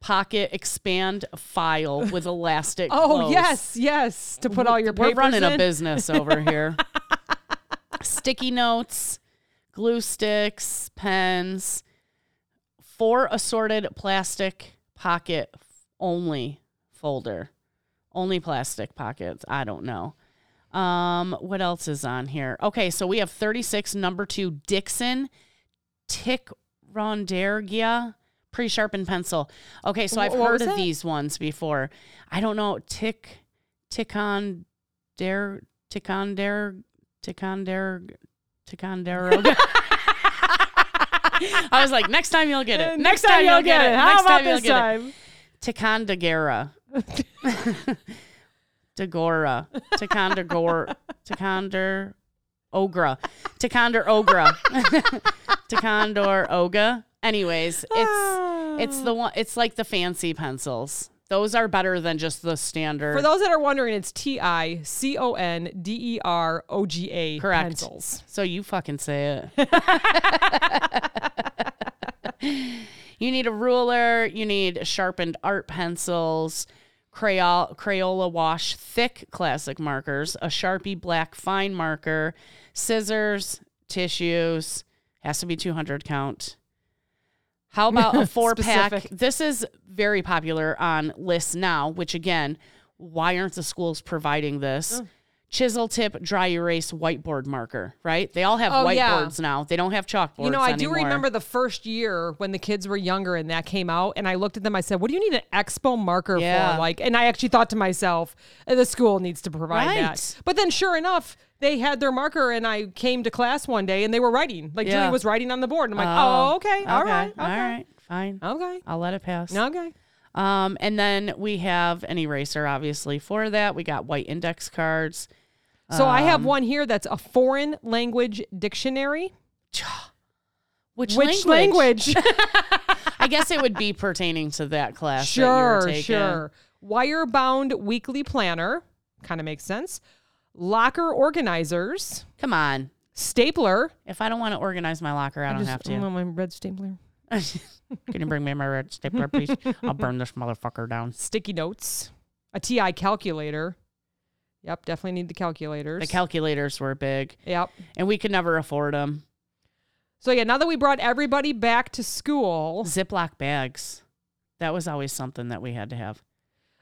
S2: pocket expand file with elastic.
S1: Oh
S2: close.
S1: yes, yes, to put all your
S2: We're
S1: papers
S2: running
S1: in.
S2: a business over here. Sticky notes, glue sticks, pens, four assorted plastic pocket only folder. Only plastic pockets. I don't know. Um, what else is on here? Okay, so we have 36 number two Dixon Tick Rondergia pre-sharpened pencil. Okay, so I've
S1: Wh- what
S2: heard
S1: was
S2: of
S1: it?
S2: these ones before. I don't know. Tick Ticon Dare Ticon Dare Ticon Dare Ticon Dare. I was like, next time you'll get it.
S1: Next, time, you'll get it. How
S2: Next
S1: about
S2: time you'll
S1: this
S2: get it.
S1: time?
S2: Ticonderoga. Dagora. Ticonderoga. Ticonder Ogra. Ticonder Ogra. Ticondor Oga. Anyways, it's it's the one it's like the fancy pencils. Those are better than just the standard.
S1: For those that are wondering, it's T I C O N D E R O G A
S2: Correct.
S1: pencils.
S2: so you fucking say it. you need a ruler, you need sharpened art pencils, Crayola, Crayola wash thick classic markers, a Sharpie black fine marker, scissors, tissues, has to be 200 count. How about a four pack?
S1: Specific.
S2: This is very popular on lists now, which again, why aren't the schools providing this? Chisel tip dry erase whiteboard marker, right? They all have
S1: Oh, yeah.
S2: whiteboards now. They don't have chalkboards.
S1: You know, I do
S2: anymore.
S1: remember the first year when the kids were younger and that came out, and I looked at them. I said, "What do you need an expo marker
S2: Yeah.
S1: for?" Like, and I actually thought to myself, "Uh, "The school needs to provide
S2: Right.
S1: that." But then, sure enough, they had their marker, and I came to class one day, and they were writing. Like
S2: Yeah.
S1: Julie was writing on the board, and I'm like, "Oh, okay, all right,
S2: all
S1: okay,
S2: right, fine.
S1: okay,
S2: I'll let it pass.
S1: okay."
S2: Um, and then we have an eraser, obviously, for that. We got white index cards.
S1: So I
S2: um,
S1: have one here that's a foreign language dictionary.
S2: Which,
S1: Which language?
S2: I guess it would be pertaining to that class. that you were
S1: Sure,
S2: taking.
S1: sure. Wire bound weekly planner. Kind of makes sense. Locker organizers.
S2: Come on.
S1: Stapler.
S2: If I don't want to organize my locker, I don't have to.
S1: my red stapler.
S2: Can you bring me my red stapler, please? I'll burn this motherfucker down.
S1: Sticky notes. A TI calculator. Yep, definitely need the calculators.
S2: The calculators were big,
S1: yep.
S2: and we could never afford them.
S1: So yeah, now that we brought everybody back to school,
S2: Ziploc bags. That was always something that we had to have.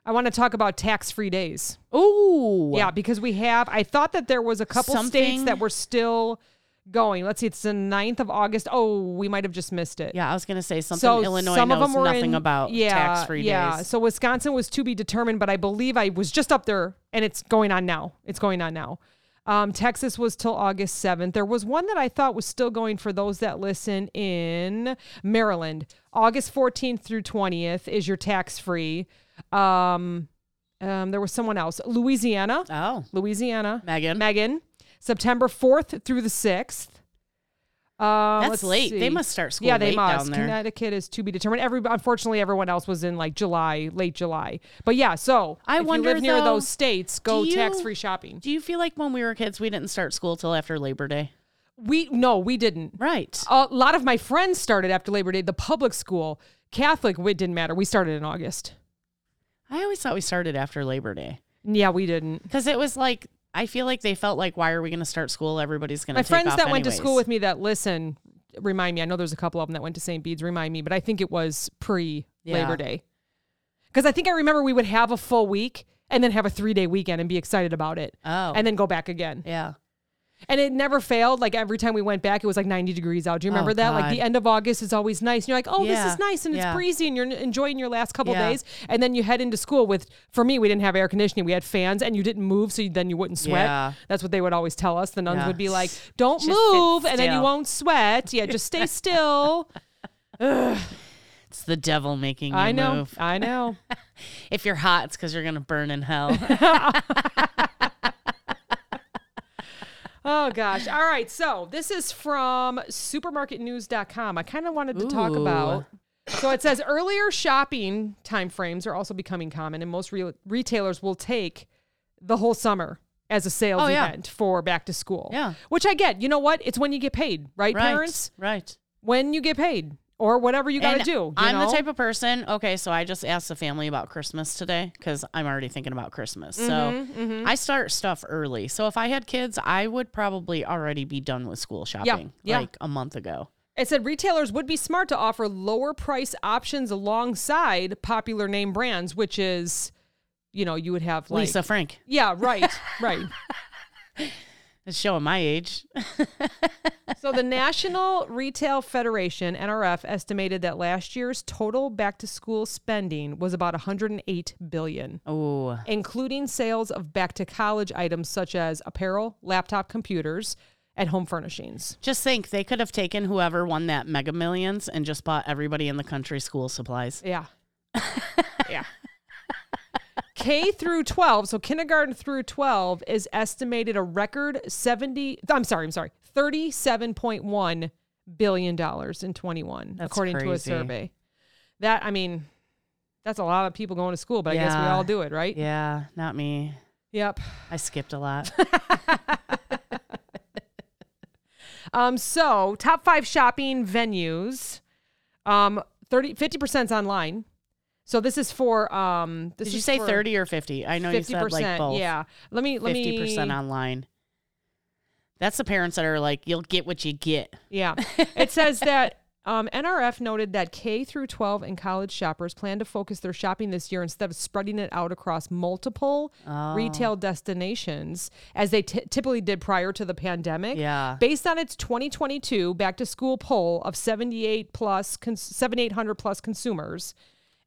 S1: I want to talk about tax-free days.
S2: Ooh.
S1: Yeah, because we have. I thought that there was a couple states
S2: Something-
S1: that were still going. Let's see, it's the 9th of August. Oh, we might have just missed it.
S2: Yeah, I was gonna say something Illinois knows nothing about tax free
S1: yeah.
S2: days.
S1: So Wisconsin was to be determined, but I believe I was just up there and it's going on now. It's going on now. Um, Texas was till August 7th. There was one that I thought was still going for those that listen in Maryland. August 14th through 20th is your tax free. Um, um, there was someone else. Louisiana.
S2: Oh,
S1: Louisiana.
S2: Megan,
S1: Megan. September 4th through the 6th. Uh,
S2: that's
S1: let's
S2: late. They
S1: see.
S2: must start school.
S1: Yeah, they
S2: late
S1: must.
S2: Down there.
S1: Connecticut is to be determined. Every unfortunately, everyone else was in like July, late July. But yeah, so
S2: I
S1: if you
S2: wonder,
S1: live near
S2: though,
S1: those states, go
S2: do you-
S1: tax free shopping.
S2: Do you feel like when we were kids, we didn't start school till after Labor Day?
S1: We no, we didn't.
S2: Right.
S1: A lot of my friends started after Labor Day. The public school, Catholic, it didn't matter. We started in August.
S2: I always thought we started after Labor Day
S1: Yeah, we didn't.
S2: because it was like I feel like they felt like, why are we going to start school? Everybody's going to.
S1: my friends that went to school with me that listen remind me i know there's a couple of them that went to st bede's remind me but i think it was pre
S2: Yeah.
S1: labor day because i think i remember we would have a full week and then have a three day weekend and be excited about it
S2: Oh,
S1: and then go back again
S2: yeah.
S1: and it never failed like every time we went back it was like 90 degrees out do you remember
S2: Oh,
S1: that like the
S2: God.
S1: end of august is always nice and you're like oh this
S2: Yeah.
S1: is nice and
S2: Yeah.
S1: it's breezy and you're n- enjoying your last couple
S2: Yeah.
S1: days and then you head into school with for me we didn't have air conditioning we had fans and you didn't move so you, then you wouldn't sweat
S2: Yeah.
S1: that's what they would always tell us the nuns
S2: Yeah.
S1: would be like don't
S2: Just sit
S1: move and then you
S2: still.
S1: won't sweat yeah just stay still
S2: It's the devil making you
S1: i know
S2: move.
S1: i know
S2: If you're hot, it's because you're going to burn in hell.
S1: oh gosh all right so this is from supermarketnews.com i kind of wanted to talk
S2: Ooh.
S1: about So it says earlier shopping timeframes are also becoming common, and most re- retailers will take the whole summer as a sales
S2: Oh, yeah.
S1: event for back to school.
S2: Yeah.
S1: Which I get. You know what? It's when you get paid, right,
S2: right.
S1: parents?
S2: Right.
S1: When you get paid or whatever you got to
S2: And
S1: do. you
S2: I'm
S1: know?
S2: the type of person. Okay, so I just asked the family about Christmas today because I'm already thinking about Christmas. so
S1: Mm-hmm,
S2: I start stuff early. So if I had kids, I would probably already be done with school shopping
S1: yeah.
S2: like a month ago.
S1: It said retailers would be smart to offer lower price options alongside popular name brands, which is, you know, you would have like.
S2: Lisa Frank
S1: Yeah, right, right.
S2: is showing my age.
S1: So the National Retail Federation (NRF) estimated that last year's total back-to-school spending was about 108 billion,
S2: Oh,
S1: including sales of back-to-college items such as apparel, laptop computers, and home furnishings.
S2: just think they could have taken whoever won that Mega Millions and just bought everybody in the country school supplies.
S1: Yeah, yeah. K through 12, so kindergarten through 12 is estimated a record 70. I'm sorry, I'm sorry, 37.1 billion dollars in 21,
S2: That's
S1: according to a
S2: crazy.
S1: survey. That I mean, that's a lot of people going to school, but I guess we
S2: Yeah.
S1: all do it, right?
S2: Yeah, not me.
S1: Yep.
S2: I skipped a lot.
S1: Um, so top five shopping venues. Um, 30 50 percent online. So this is for um. This
S2: Did you
S1: is
S2: say
S1: for
S2: 30 or 50? I know you
S1: 50
S2: said like
S1: percent?
S2: both.
S1: yeah. Let me let
S2: fifty
S1: me
S2: percent online. That's the parents that are like, "You'll get what you get."
S1: Yeah. It says that um, NRF noted that K through 12 and college shoppers plan to focus their shopping this year instead of spreading it out across multiple
S2: Oh.
S1: retail destinations as they t- typically did prior to the pandemic.
S2: Yeah.
S1: Based on its 2022 back to school poll of 78 plus cons- 7800 plus consumers,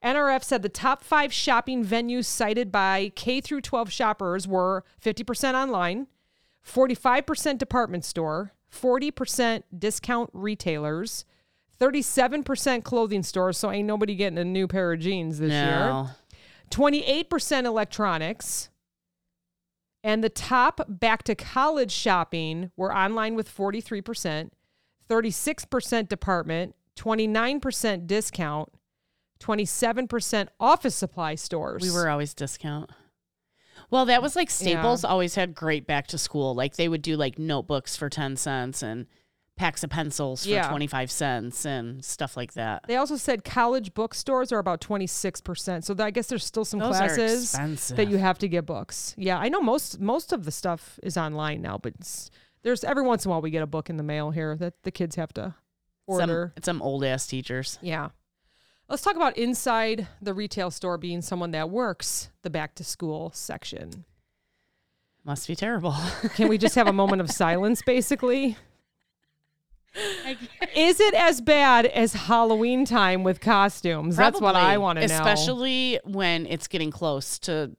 S1: NRF said the top 5 shopping venues cited by K through 12 shoppers were 50% online, 45% department store, 40% discount retailers, 37% clothing stores, so ain't nobody getting a new pair of jeans this year.
S2: No.
S1: 28% electronics. And the top back to college shopping were online with 43%, 36% department, 29% discount, 27% office supply stores.
S2: we were always discount. Well, that was like Staples always had great back to school. Like they would do like notebooks for ten cents and packs of pencils for
S1: Yeah.
S2: twenty five cents and stuff like that.
S1: They also said college bookstores are about 26%. So th- I guess there's still some
S2: Those are
S1: classes
S2: expensive.
S1: that you have to get books. Yeah, I know most most of the stuff is online now, but it's, there's every once in a while we get a book in the mail here that the kids have to
S2: Some
S1: order.
S2: some old ass teachers.
S1: yeah. Let's talk about inside the retail store being someone that works the back to school section.
S2: Must be terrible.
S1: Can we just have a moment of silence basically? Is it as bad as Halloween time with costumes? That's what I
S2: Probably,
S1: want to know.
S2: Especially when it's getting close to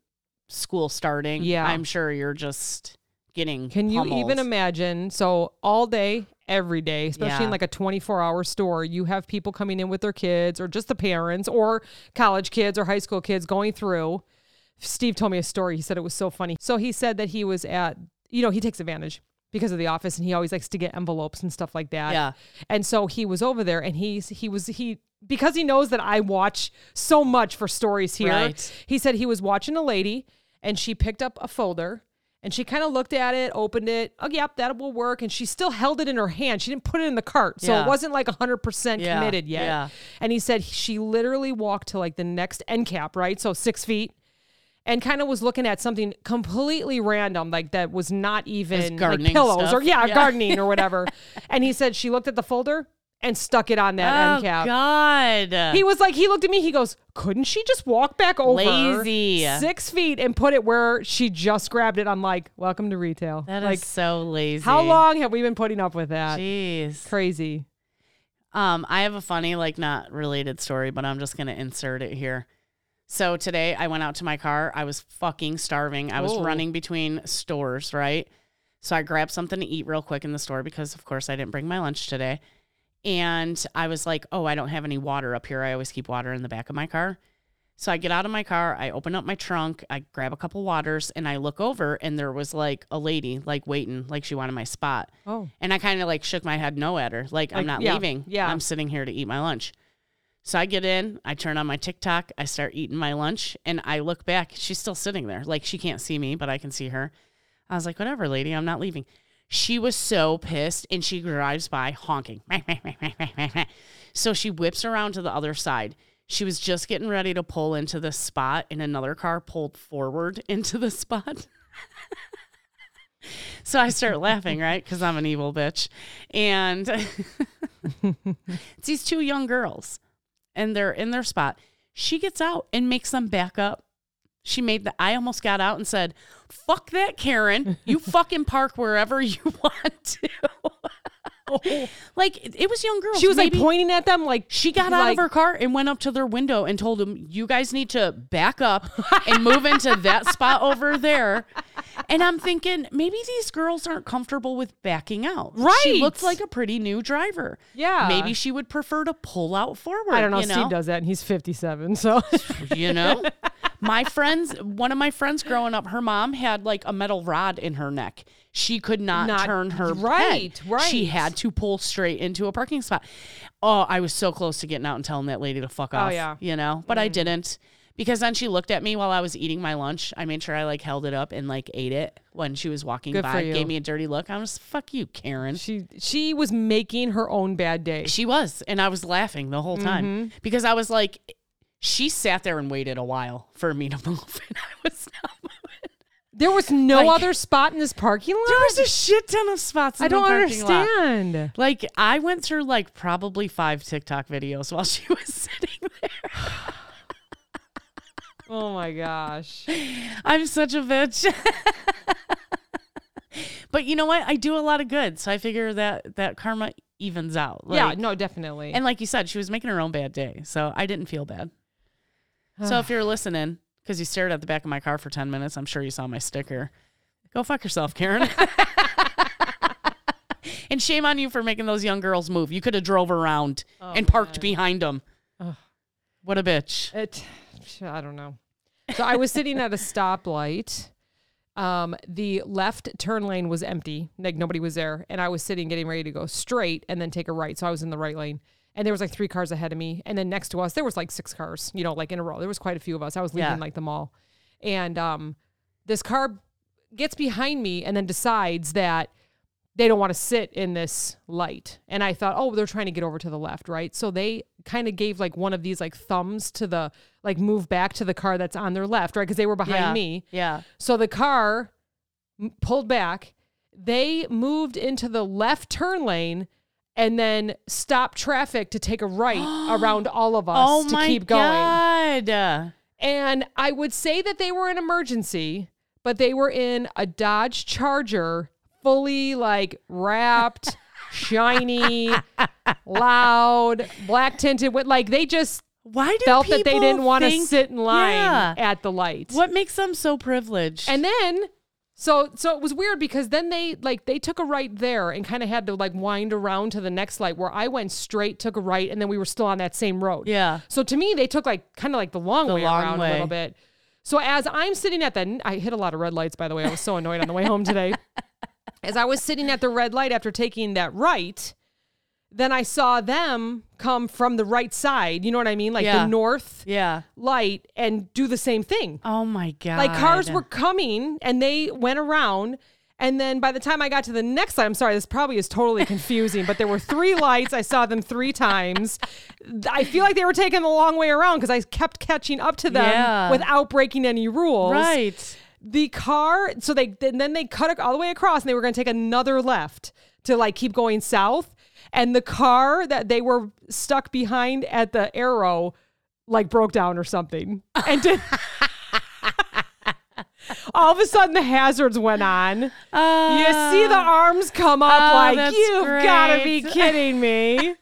S2: school starting.
S1: Yeah.
S2: I'm sure you're just getting.
S1: Can you even
S2: pummeled.
S1: imagine? So all day, every day, especially in
S2: Yeah.
S1: like a 24 hour store, you have people coming in with their kids or just the parents or college kids or high school kids going through. Steve told me a story. He said it was so funny. So he said that he was at, you know, he takes advantage because of the office and he always likes to get envelopes and stuff like that.
S2: Yeah.
S1: And so he was over there and he's he was he because he knows that I watch so much for stories here.
S2: Right.
S1: He said he was watching a lady and she picked up a folder and she kind of looked at it, opened it. Oh, yep, that will work. And she still held it in her hand. She didn't put it in the cart. So
S2: Yeah.
S1: it wasn't like 100%
S2: Yeah,
S1: committed yet.
S2: yeah.
S1: And he said she literally walked to like the next end cap, right? So six feet. And kind of was looking at something completely random, like that was not even like
S2: gardening
S1: pillows or
S2: stuff.
S1: yeah,
S2: Yeah.
S1: gardening or whatever. and he said she looked at the folder and stuck it on that
S2: Oh,
S1: end cap.
S2: God.
S1: He was like, he looked at me. He goes, "Couldn't she just walk back over
S2: Lazy.
S1: six feet and put it where she just grabbed it?" I'm like, "Welcome to retail."
S2: That is
S1: like,
S2: so lazy.
S1: how long have we been putting up with that?
S2: Jeez.
S1: Crazy.
S2: Um, I have a funny, like, not related story, but I'm just gonna insert it here. So today I went out to my car. I was fucking starving. I was
S1: Oh.
S2: running between stores, right? So I grabbed something to eat real quick in the store because, of course, I didn't bring my lunch today. And I was like, oh, I don't have any water up here. I always keep water in the back of my car. So I get out of my car, I open up my trunk, I grab a couple waters, and I look over, and there was like a lady, like waiting, like she wanted my spot.
S1: Oh,
S2: And I kind of like shook my head no at her. Like,
S1: Like,
S2: I'm not
S1: yeah,
S2: leaving.
S1: yeah.
S2: I'm sitting here to eat my lunch. So I get in, I turn on my TikTok, I start eating my lunch, and I look back. She's still sitting there. Like, she can't see me, but I can see her. I was like, whatever, lady, I'm not leaving. She was so pissed and she drives by honking. So she whips around to the other side. She was just getting ready to pull into the spot, and another car pulled forward into the spot. So I start laughing, right? Because I'm an evil bitch. And it's these two young girls, and they're in their spot. She gets out and makes them back up. She made the, I almost got out and said, fuck that, Karen. You fucking park wherever you want to. like, it was young girls.
S1: she was
S2: Maybe-
S1: like pointing at them, like
S2: she got out
S1: like,
S2: of her car and went up to their window and told them, "You guys need to back up and move into that spot over there." And I'm thinking, maybe these girls aren't comfortable with backing out.
S1: Right.
S2: She looks like a pretty new driver.
S1: Yeah.
S2: Maybe she would prefer to pull out forward.
S1: I don't know.
S2: You know?
S1: Steve does that, and he's 57, so
S2: You know? my friends, one of my friends growing up, her mom had like a metal rod in her neck. She could not,
S1: Not-
S2: turn her
S1: right,
S2: head.
S1: right.
S2: She had to pull straight into a parking spot. Oh, I was so close to getting out and telling that lady to fuck off.
S1: Oh, yeah. Mm.
S2: You know, but I didn't because then she looked at me while I was eating my lunch. I made sure I like held it up and like ate it when she was walking
S1: Good for
S2: by.
S1: you.
S2: Gave me a dirty look. I was fuck you, Karen.
S1: she she was making her own bad day.
S2: She was, and I was laughing the whole time because I was like, she sat there and waited a while for me to move, and I was not moving.
S1: There was no
S2: Like-
S1: other spot in this parking lot.
S2: There was a shit ton of spots. In
S1: I don't
S2: the parking lot.
S1: understand.
S2: Like I went through like probably five TikTok videos while she was sitting there.
S1: Oh my gosh.
S2: I'm such a bitch. but you know what? I do a lot of good, so I figure that that karma evens out.
S1: yeah,
S2: Like,
S1: no, definitely.
S2: And like you said, she was making her own bad day. So I didn't feel bad. so if you're listening, because you stared at the back of my car for 10 minutes, I'm sure you saw my sticker. Go fuck yourself, Karen. and shame on you for making those young girls move. You could have drove around and parked behind them.
S1: Oh, Ugh.
S2: What a bitch.
S1: It, I don't know. So I was sitting at a stoplight. Um, the left turn lane was empty, like nobody was there, and I was sitting getting ready to go straight and then take a right. So I was in the right lane, and there was like three cars ahead of me, and then next to us there was like six cars, you know, like in a row. There was quite a few of us. I was leaving
S2: Yeah.
S1: like the mall, and um, this car gets behind me and then decides that they don't want to sit in this light. And I thought, oh, they're trying to get over to the left, right? So they kind of gave like one of these like thumbs to the like move back to the car that's on their left, right? Because they were behind
S2: yeah.
S1: me.
S2: Yeah.
S1: So the car m- pulled back. They moved into the left turn lane and then stopped traffic to take a right around all of us
S2: Oh
S1: to
S2: my
S1: keep going.
S2: God.
S1: And I would say that they were an emergency, but they were in a Dodge Charger, fully like wrapped, shiny, loud, black tinted. With like they just
S2: Why do
S1: felt that they
S2: people
S1: didn't want to
S2: think-
S1: sit in line
S2: Yeah.
S1: at the light.
S2: What makes them so privileged?
S1: And then so so it was weird because then they like they took a right there and kind of had to like wind around to the next light where I went straight, took a right, and then we were still on that same road.
S2: Yeah.
S1: So to me, they took like kind of like the long
S2: The
S1: way
S2: long
S1: around
S2: way.
S1: a little bit. So as I'm sitting at the, I hit a lot of red lights by the way. I was so annoyed on the way home today. As I was sitting at the red light after taking that right, then I saw them come from the right side. You know what I mean? Like
S2: Yeah.
S1: the north
S2: yeah.
S1: light and do the same thing.
S2: Oh my god.
S1: Like cars were coming and they went around. And then by the time I got to the next light, I'm sorry, this probably is totally confusing, but there were three lights. I saw them three times. I feel like they were taking the long way around because I kept catching up to them
S2: Yeah.
S1: without breaking any rules.
S2: right.
S1: The car, so they and then they cut it all the way across and they were going to take another left to like keep going south. And the car that they were stuck behind at the arrow like broke down or something. And did all of a sudden the hazards went on.
S2: Uh,
S1: You see the arms come up
S2: oh,
S1: like
S2: that's
S1: you've got to be
S2: great."
S1: kidding me.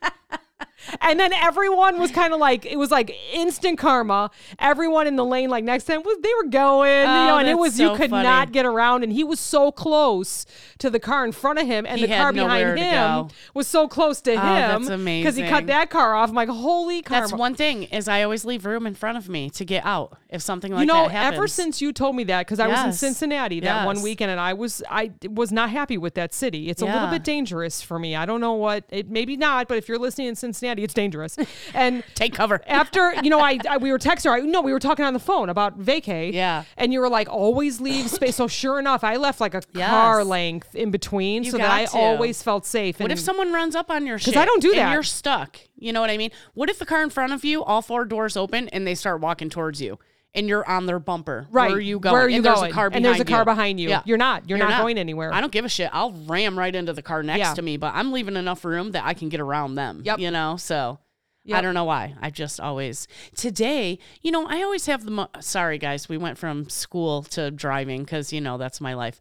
S1: and then everyone was kind of like it was like instant karma. Everyone in the lane like next time was they were going, you
S2: Oh,
S1: know, and it
S2: that's
S1: was
S2: so
S1: you could
S2: funny.
S1: not get around and he was so close to the car in front of him and
S2: He
S1: the
S2: had
S1: car
S2: nowhere
S1: behind
S2: to
S1: him
S2: go. Oh,
S1: was so close to him
S2: that's
S1: cuz he cut
S2: amazing.
S1: that car off. I'm like, "Holy karma."
S2: That's one thing is I always leave room in front of me to get out if something like
S1: you know,
S2: that happens.
S1: ever since you told me that, because I was in
S2: Yes.
S1: Cincinnati that one
S2: Yes.
S1: weekend, and I was I was not happy with that city. It's a little
S2: Yeah.
S1: bit dangerous for me. I don't know what it maybe not, but if you're listening in Cincinnati, it's dangerous. And
S2: take cover.
S1: after you know, I, I we were texting. I no, we were talking on the phone about vacay.
S2: Yeah.
S1: and you were like, always leave space. so sure enough, I left like a car
S2: Yes.
S1: length in between,
S2: You
S1: so that I
S2: got to.
S1: always felt safe.
S2: What if someone runs up on your shit?
S1: Mm. I don't do
S2: and
S1: that.
S2: You're stuck. You know what I mean? What if the car in front of you, all four doors open, and they start walking towards you, and you're on their bumper?
S1: Right.
S2: Where are you going?
S1: Where are you
S2: and there's
S1: going?
S2: a car behind
S1: And there's a car behind you. You're not. You're not going anywhere.
S2: I don't give a shit. I'll ram right into the car next
S1: Yeah.
S2: to me, but I'm leaving enough room that I can get around them.
S1: Yep.
S2: You know. So. I
S1: Yep.
S2: don't know why. I just always today, you know, I always have the. Mo- Sorry, guys, we went from school to driving because you know that's my life.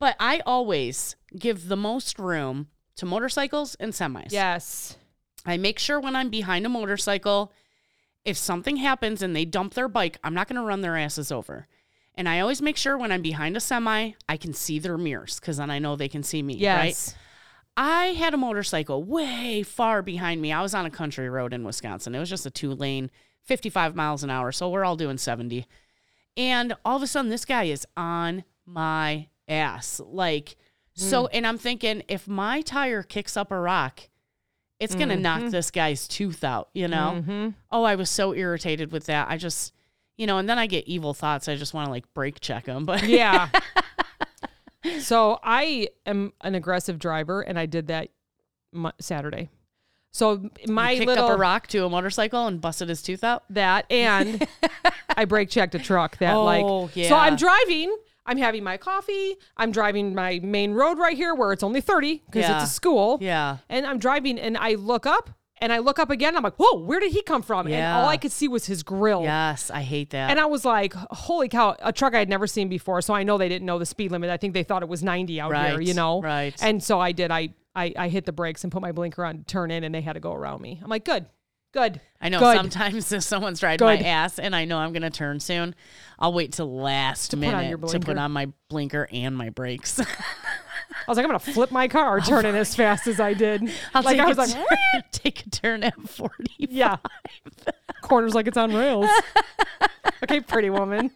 S2: But I always give the most room to motorcycles and semis.
S1: yes,
S2: I make sure when I'm behind a motorcycle, if something happens and they dump their bike, I'm not going to run their asses over. And I always make sure when I'm behind a semi, I can see their mirrors because then I know they can see me. Right?
S1: yes,
S2: I had a motorcycle way far behind me. I was on a country road in Wisconsin. It was just a two lane, 55 miles an hour. So we're all doing 70. And all of a sudden, this guy is on my ass. Like, so,
S1: Hmm.
S2: and I'm thinking if my tire kicks up a rock, it's going to
S1: Mm-hmm.
S2: knock this guy's tooth out, you know? Oh, I was so irritated with that. I just, you know, and then I get evil thoughts. I just want to like brake check him. But
S1: yeah. so I am an aggressive driver, and I did that mu Saturday. So my
S2: kicked
S1: little
S2: up a rock to a motorcycle and busted his tooth out.
S1: that, and I brake checked a truck that
S2: Oh,
S1: like. So
S2: yeah.
S1: I'm driving. I'm having my coffee. I'm driving my main road right here where it's only 30 because
S2: Yeah.
S1: it's a school.
S2: Yeah.
S1: And I'm driving, and I look up, and I look up again. I'm like, whoa, where did he come from? And
S2: Yeah.
S1: all I could see was his grill.
S2: Yes, I hate that.
S1: And I was like, holy cow, a truck I had never seen before. So I know they didn't know the speed limit. I think they thought it was 90 out here,
S2: Right,
S1: you know?
S2: right.
S1: And so I did. I, I, I hit the brakes and put my blinker on, turn in, and they had to go around me. I'm like, good, good.
S2: I know
S1: good.
S2: sometimes if someone's riding
S1: Good.
S2: my ass and I know I'm going to turn soon, I'll wait till last
S1: put on
S2: minute
S1: your
S2: to put
S1: blinker.
S2: on my blinker and my brakes.
S1: I was like, I'm going to flip my car, turn in as fast as I did.
S2: I'll
S1: like,
S2: take,
S1: I
S2: a
S1: was like,
S2: turn- take a turn at 40.
S1: yeah. Corners like it's on rails. okay, pretty woman.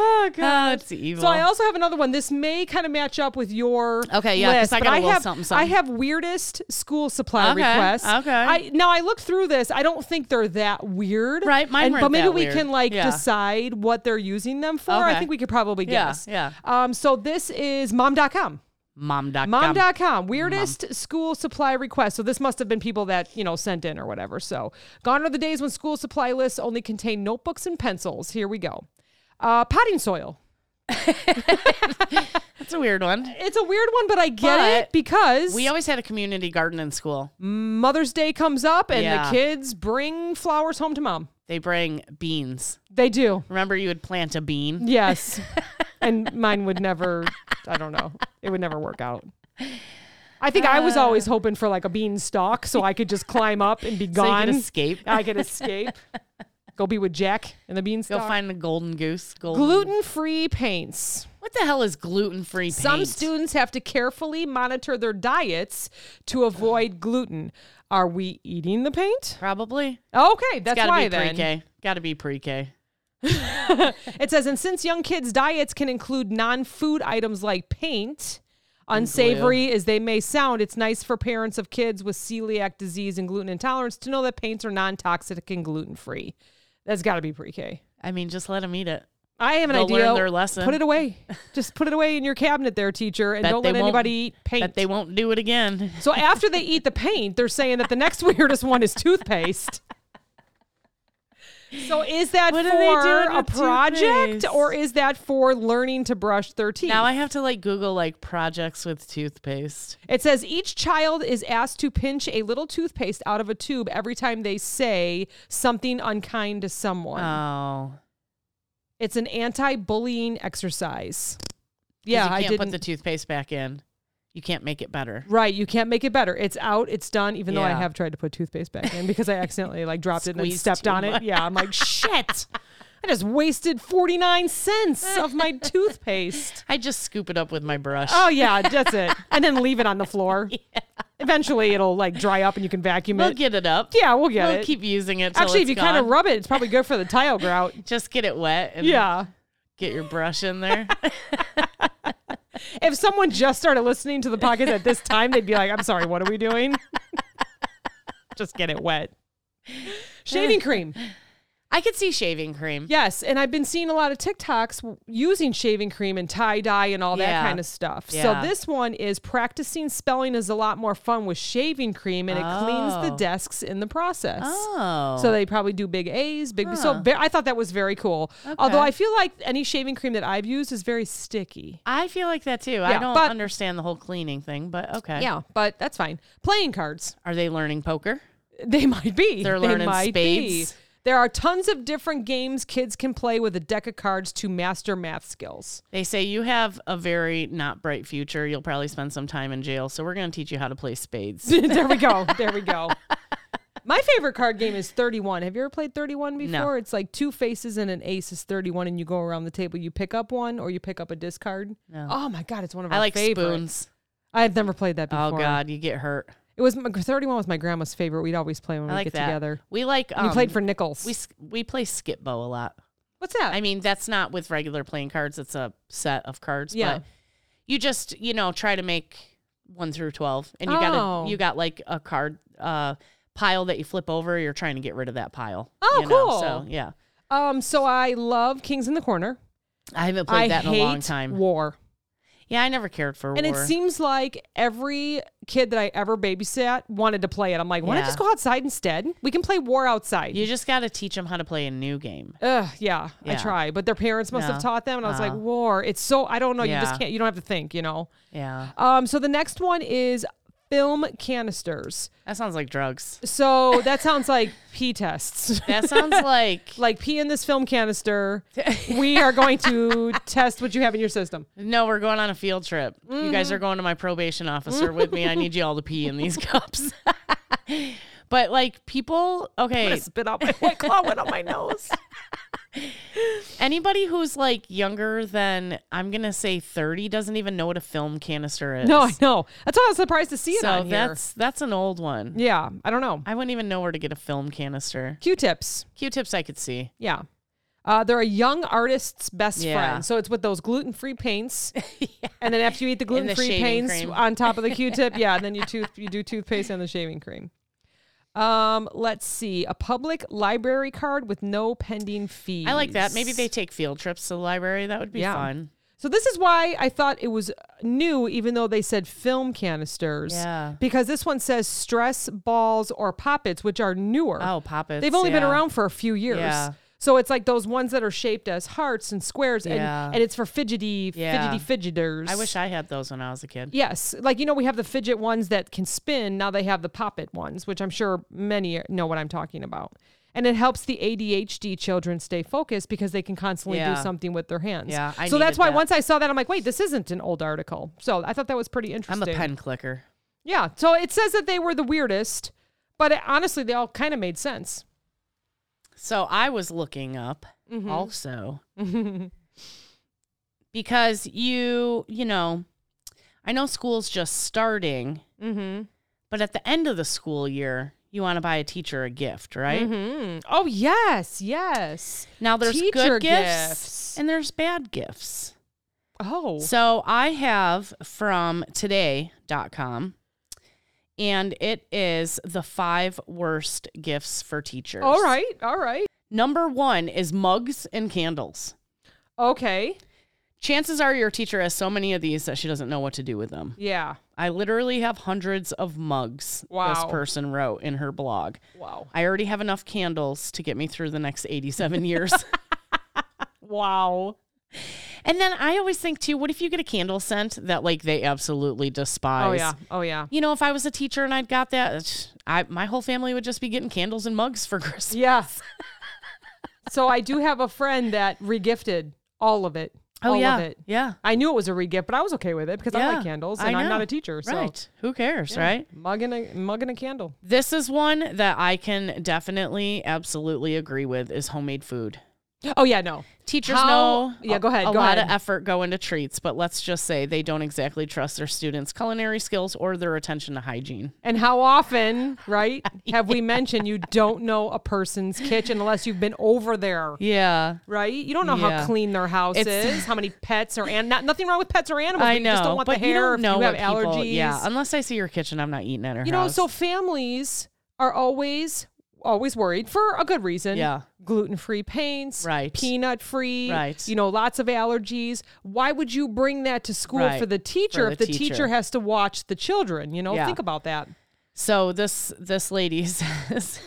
S1: Oh, God.
S2: Oh, it's evil.
S1: So I also have another one. This may kind of match up with your
S2: Okay, yeah, 'cause
S1: list,
S2: I
S1: but
S2: got a little
S1: have
S2: something, something.
S1: I have weirdest school supply
S2: Okay,
S1: requests.
S2: okay.
S1: I now I looked through this. I don't think they're that weird.
S2: Right, mine
S1: and,
S2: weren't
S1: But maybe
S2: that
S1: we
S2: weird.
S1: can like
S2: Yeah.
S1: decide what they're using them for. I
S2: Okay.
S1: think we could probably
S2: Yeah,
S1: guess.
S2: yeah.
S1: Um. So this is mom.com.
S2: Mom.com.
S1: Mom.com, weirdest school supply request. So this must have been people that, you know, sent in or whatever. So gone are the days when school supply lists only contain notebooks and pencils. Here we go. Uh, potting soil.
S2: That's a weird one.
S1: It's a weird one, but I get
S2: But
S1: it because
S2: We always had a community garden in school.
S1: Mother's Day comes up and
S2: Yeah.
S1: the kids bring flowers home to mom.
S2: They bring beans.
S1: They do.
S2: Remember, you would plant a bean?
S1: Yes. and mine would never, I don't know, it would never work out. I think I
S2: Uh.
S1: was always hoping for like a beanstalk so I could just climb up and be
S2: So you
S1: gone.
S2: can escape.
S1: I could escape. Go be with Jack and the
S2: Go
S1: beanstalk.
S2: find the golden goose. Golden.
S1: gluten-free paints.
S2: what the hell is gluten free paint?
S1: Some students have to carefully monitor their diets to avoid gluten. Are we eating the paint?
S2: probably.
S1: Okay, that's
S2: Got to
S1: why
S2: be pre
S1: then.
S2: K. Got to be pre K.
S1: It says, and since young kids' diets can include non food items like paint, unsavory as they may sound, it's nice for parents of kids with celiac disease and gluten intolerance to know that paints are non toxic and gluten free. That's got to be pre K.
S2: I mean, just let them eat it.
S1: I have an
S2: They'll
S1: idea.
S2: learn their lesson.
S1: Put it away. Just put it away in your cabinet there, teacher, and
S2: Bet
S1: don't
S2: they
S1: let
S2: won't-
S1: anybody eat paint.
S2: That they won't do it again.
S1: so after they eat the paint, they're saying that the next weirdest one is toothpaste. So is that
S2: What are they
S1: for a
S2: doing with
S1: project
S2: toothpaste?
S1: or is that for learning to brush their teeth?
S2: Now I have to like Google like projects with toothpaste.
S1: It says each child is asked to pinch a little toothpaste out of a tube every time they say something unkind to someone.
S2: Oh,
S1: it's an anti-bullying exercise. Yeah,
S2: you can't
S1: I didn't.
S2: put the toothpaste back in. You can't make it better.
S1: right, you can't make it better. It's out. It's done. Even though I
S2: Yeah.
S1: have tried to put toothpaste back in because I accidentally like dropped it and then
S2: Squeezed
S1: stepped
S2: too
S1: on
S2: much.
S1: it. Yeah, I'm like shit. I just wasted 49 cents of my toothpaste.
S2: I just scoop it up with my brush.
S1: Oh yeah, that's it. And then leave it on the floor. Eventually, it'll like dry up and you can vacuum
S2: we'll
S1: it.
S2: get it up.
S1: yeah, we'll get
S2: we'll
S1: it.
S2: keep using it. till
S1: Actually, if you
S2: it's
S1: kind of
S2: gone.
S1: rub it, it's probably good for the tile grout.
S2: just get it wet and
S1: Yeah.
S2: get your brush in there.
S1: If someone just started listening to the podcast at this time, they'd be like, I'm sorry, what are we doing? just get it wet. Shaving cream.
S2: I could see shaving cream.
S1: Yes. And I've been seeing a lot of TikToks w- using shaving cream and tie dye and all
S2: Yeah.
S1: that kind of stuff.
S2: Yeah.
S1: So this one is practicing spelling is a lot more fun with shaving cream and it cleans the
S2: Oh.
S1: desks in the process.
S2: Oh,
S1: So they probably do big A's, big. B's. So
S2: Huh.
S1: ve- I thought that was very cool. Although I feel like any shaving cream that I've used is very sticky.
S2: I feel like that too.
S1: Yeah,
S2: I don't
S1: but-
S2: understand the whole cleaning thing, but okay.
S1: Yeah, but that's fine. Playing cards,
S2: Are they learning poker?
S1: they might be.
S2: They're
S1: They
S2: learning
S1: might
S2: spades.
S1: Be. There are tons of different games kids can play with a deck of cards to master math skills.
S2: They say you have a very not bright future. You'll probably spend some time in jail. So we're going to teach you how to play spades.
S1: there we go. There we go. My favorite card game is 31. Have you ever played 31 before? It's like two faces and an ace is 31, and you go around the table. You pick up one or you pick up a discard. Oh my God, it's one of our
S2: I like
S1: favorites.
S2: spoons.
S1: I've never played that
S2: Oh
S1: before.
S2: God, you get hurt.
S1: It was my, 31 was my grandma's favorite. We'd always play when
S2: I
S1: we
S2: like
S1: get
S2: that.
S1: together.
S2: We like um,
S1: we played for nickels.
S2: we s- we play skip bow a lot.
S1: What's that?
S2: I mean, that's not with regular playing cards. It's a set of cards.
S1: Yeah.
S2: But you just you know try to make one through twelve, and you
S1: Oh.
S2: got a, you got like a card uh, pile that you flip over. You're trying to get rid of that pile.
S1: Oh,
S2: you know?
S1: cool.
S2: So yeah,
S1: um, so I love Kings in the Corner.
S2: I haven't
S1: I
S2: played that in
S1: hate
S2: a long time.
S1: war,
S2: yeah, I never cared for
S1: and
S2: war.
S1: it seems like every kid that I ever babysat wanted to play it. I'm like, why don't I
S2: Yeah.
S1: just go outside instead? We can play war outside.
S2: you just got to teach them how to play a new game.
S1: Ugh, yeah, Uh-huh. I
S2: Yeah.
S1: try, but their parents must have
S2: No.
S1: taught them, and I was like, war. It's so I don't know. You just
S2: Yeah.
S1: can't. You don't have to think. You know.
S2: Yeah,
S1: Um, so the next one is film canisters.
S2: that sounds like drugs.
S1: So that sounds like pee tests.
S2: That sounds like
S1: like pee in this film canister. we are going to test what you have in your system.
S2: No, we're going on a field trip. You guys
S1: Mm-hmm.
S2: are going to my probation officer with me. I need you all to pee in these cups. but like people, okay,
S1: spit out my white claw went on my nose.
S2: anybody who's like younger than I'm gonna say 30 doesn't even know what a film canister is.
S1: No, I know. That's why I was surprised to see it
S2: so
S1: on here.
S2: that's that's an old one.
S1: yeah, I don't know.
S2: I wouldn't even know where to get a film canister.
S1: Q-tips.
S2: Q-tips I could see.
S1: Yeah. Uh, they're a young artist's best
S2: Yeah.
S1: friend. So it's with those gluten free paints. And then after you eat the
S2: And
S1: gluten
S2: the
S1: free
S2: shaving
S1: paints
S2: cream.
S1: on top of the Q tip, yeah, and then you tooth you do toothpaste and the shaving cream. Um, let's see. A public library card with no pending fees.
S2: I like that. Maybe they take field trips to the library. That would be
S1: Yeah.
S2: fun.
S1: So this is why I thought it was new, even though they said film canisters.
S2: Yeah.
S1: Because this one says stress balls or poppets, which are newer.
S2: Oh, poppets.
S1: They've only been
S2: yeah.
S1: around for a few years.
S2: Yeah.
S1: So it's like those ones that are shaped as hearts and squares,
S2: Yeah.
S1: and, and it's for fidgety,
S2: Yeah.
S1: fidgety fidgeters.
S2: I wish I had those when I was a kid.
S1: Yes, like you know, we have the fidget ones that can spin. Now they have the poppet ones, which I'm sure many know what I'm talking about. and it helps the ADHD children stay focused because they can constantly do
S2: Yeah.
S1: something with their hands.
S2: Yeah, I
S1: so that's
S2: needed
S1: why
S2: that.
S1: once I saw that, I'm like, wait, this isn't an old article. So I thought that was pretty
S2: I'm
S1: interesting.
S2: a pen clicker.
S1: Yeah. So it says that they were the weirdest, but it, honestly, they all kind of made sense.
S2: So I was looking up
S1: Mm-hmm.
S2: also because you, you know, I know school's just starting,
S1: Mm-hmm.
S2: but at the end of the school year, you want to buy a teacher a gift, right?
S1: Mm-hmm. Oh yes, yes.
S2: Now there's
S1: Teacher
S2: good gifts,
S1: gifts.
S2: and there's bad gifts.
S1: Oh.
S2: So I have from today.com and it is the five worst gifts for teachers.
S1: all right. All right.
S2: Number 1 is mugs and candles.
S1: Okay.
S2: Chances are your teacher has so many of these that she doesn't know what to do with them.
S1: Yeah.
S2: I literally have hundreds of mugs this
S1: Wow.
S2: person wrote in her blog.
S1: Wow.
S2: I already have enough candles to get me through the next 87 years.
S1: Wow.
S2: and then I always think too, what if you get a candle scent that like they absolutely despise?
S1: Oh yeah. Oh yeah.
S2: You know, if I was a teacher and I'd got that, I my whole family would just be getting candles and mugs for Christmas.
S1: Yeah. so I do have a friend that regifted all of it. all
S2: Oh, yeah.
S1: of it.
S2: Yeah.
S1: I knew it was a regift, but I was okay with it because I
S2: Yeah.
S1: like candles
S2: I
S1: and I'm
S2: know.
S1: not a teacher. So
S2: Right. Who cares, right?
S1: mug and a mug and a candle.
S2: This is one that I can definitely absolutely agree with is homemade food.
S1: Oh yeah, no.
S2: Teachers
S1: How-
S2: know
S1: Yeah,
S2: a-
S1: go ahead,
S2: a
S1: go
S2: lot
S1: ahead.
S2: of effort go into treats, but let's just say they don't exactly trust their students' culinary skills or their attention to hygiene.
S1: And how often, right, have we mentioned you don't know a person's kitchen unless you've been over there,
S2: Yeah.
S1: right? You don't know
S2: Yeah.
S1: how clean their house
S2: It's-
S1: is, how many pets are, and not, nothing wrong with pets or animals. but
S2: I
S1: you
S2: know,
S1: just don't want
S2: but
S1: the hair.
S2: you don't know
S1: if you have
S2: what people-
S1: allergies.
S2: yeah, unless I see your kitchen, I'm not eating at her
S1: you know,
S2: house.
S1: so families are always always worried for a good reason.
S2: Yeah.
S1: Gluten free paints,
S2: Right.
S1: peanut free,
S2: Right.
S1: you know, lots of allergies. Why would you bring that to school
S2: Right.
S1: for the teacher
S2: For
S1: if
S2: the
S1: the teacher.
S2: teacher.
S1: has to watch the children? You know,
S2: Yeah.
S1: think about that.
S2: So this this lady says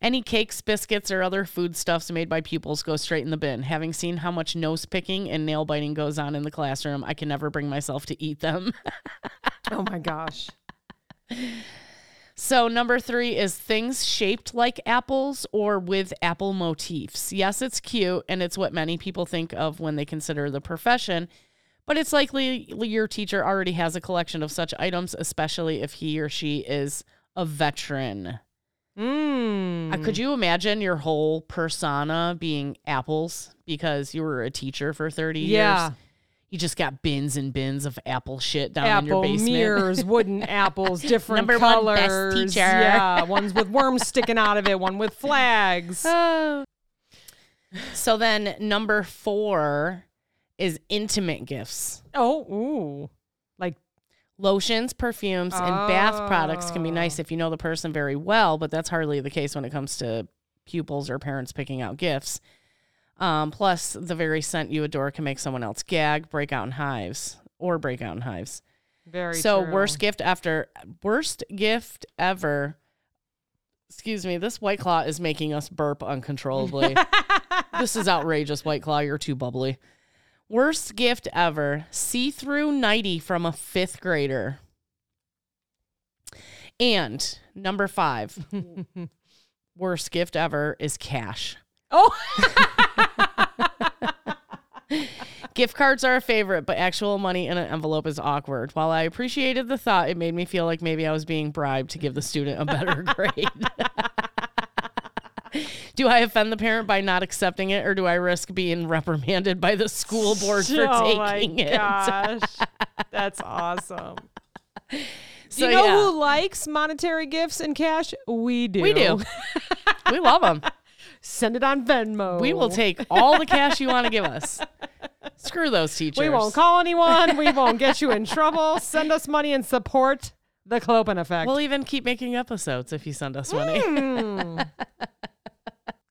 S2: any cakes, biscuits, or other foodstuffs made by pupils go straight in the bin. Having seen how much nose picking and nail biting goes on in the classroom, I can never bring myself to eat them.
S1: Oh my gosh.
S2: So number three is things shaped like apples or with apple motifs. Yes, it's cute and it's what many people think of when they consider the profession. But it's likely your teacher already has a collection of such items, especially if he or she is a veteran.
S1: Mm.
S2: Uh, Could you imagine your whole persona being apples because you were a teacher for 30
S1: Yeah.
S2: years? You just got bins and bins of apple shit down in your
S1: Apple
S2: basement.
S1: mirrors, wooden apples, different
S2: Number one,
S1: colors.
S2: best teacher.
S1: Yeah, ones with worms sticking out of it, one with flags.
S2: Oh. So then number 4 is intimate gifts.
S1: Oh, ooh, like
S2: Lotions, perfumes, and bath products can be
S1: Oh.
S2: nice if you know the person very well, but that's hardly the case when it comes to pupils or parents picking out gifts. Um, plus, the very scent you adore can make someone else gag, break out in hives, or break out in hives.
S1: very.
S2: so,
S1: true.
S2: worst gift after worst gift ever. Excuse me, this White Claw is making us burp uncontrollably. this is outrageous, White Claw. You're too bubbly. Worst gift ever see through nighty from a fifth grader. And number five, worst gift ever is cash.
S1: Oh.
S2: Gift cards are a favorite, but actual money in an envelope is awkward. While I appreciated the thought, it made me feel like maybe I was being bribed to give the student a better grade. do I offend the parent by not accepting it, or do I risk being reprimanded by the school board for taking it?
S1: Oh gosh. That's awesome. Do
S2: So,
S1: you know
S2: yeah.
S1: who likes monetary gifts and cash? We do.
S2: We do. we love them.
S1: Send it on Venmo.
S2: We will take all the cash you want to give us. Screw those teachers.
S1: We won't call anyone. We won't get you in trouble. Send us money and support the Clopen effect.
S2: We'll even keep making episodes if you send us money.
S1: Mm. Hmm.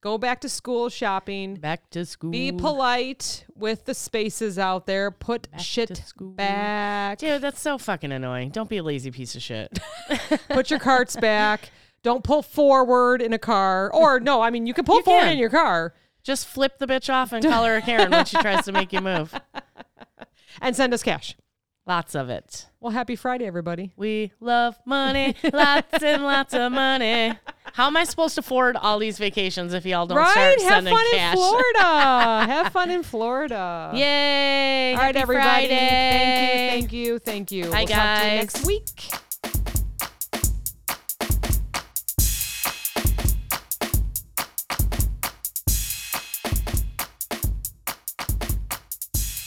S1: Go back to school shopping.
S2: Back to school.
S1: Be polite with the spaces out there. Put
S2: to
S1: shit
S2: school.
S1: back.
S2: Dude, that's so fucking annoying. Don't be a lazy piece of shit.
S1: Put your carts back. Don't pull forward in a car. Or no, I mean you can pull forward
S2: can.
S1: in your car
S2: Just flip the bitch off and call her a Karen when she tries to make you move.
S1: and send us cash.
S2: Lots of it.
S1: Well, happy Friday, everybody.
S2: We love money. Lots and lots of money. How am I supposed to afford all these vacations if y'all don't
S3: right?
S2: start
S3: Have
S2: sending
S3: fun
S2: cash?
S3: in Florida. Have fun in Florida.
S2: Yay!
S3: All right,
S2: Happy
S3: everybody.
S2: Friday.
S3: Thank you. Thank you. Thank you.
S2: Bye,
S3: we'll Talk to you
S2: guys.
S3: next week.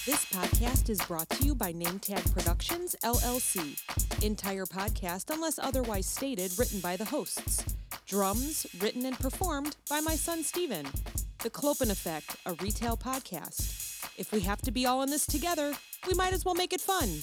S1: This podcast is brought to you by NameTag Productions, LLC. Entire podcast, unless otherwise stated, written by the hosts. Drums, written and performed by my son Steven. The Clopen Effect, a retail podcast. If we have to be all in this together, we might as well make it fun.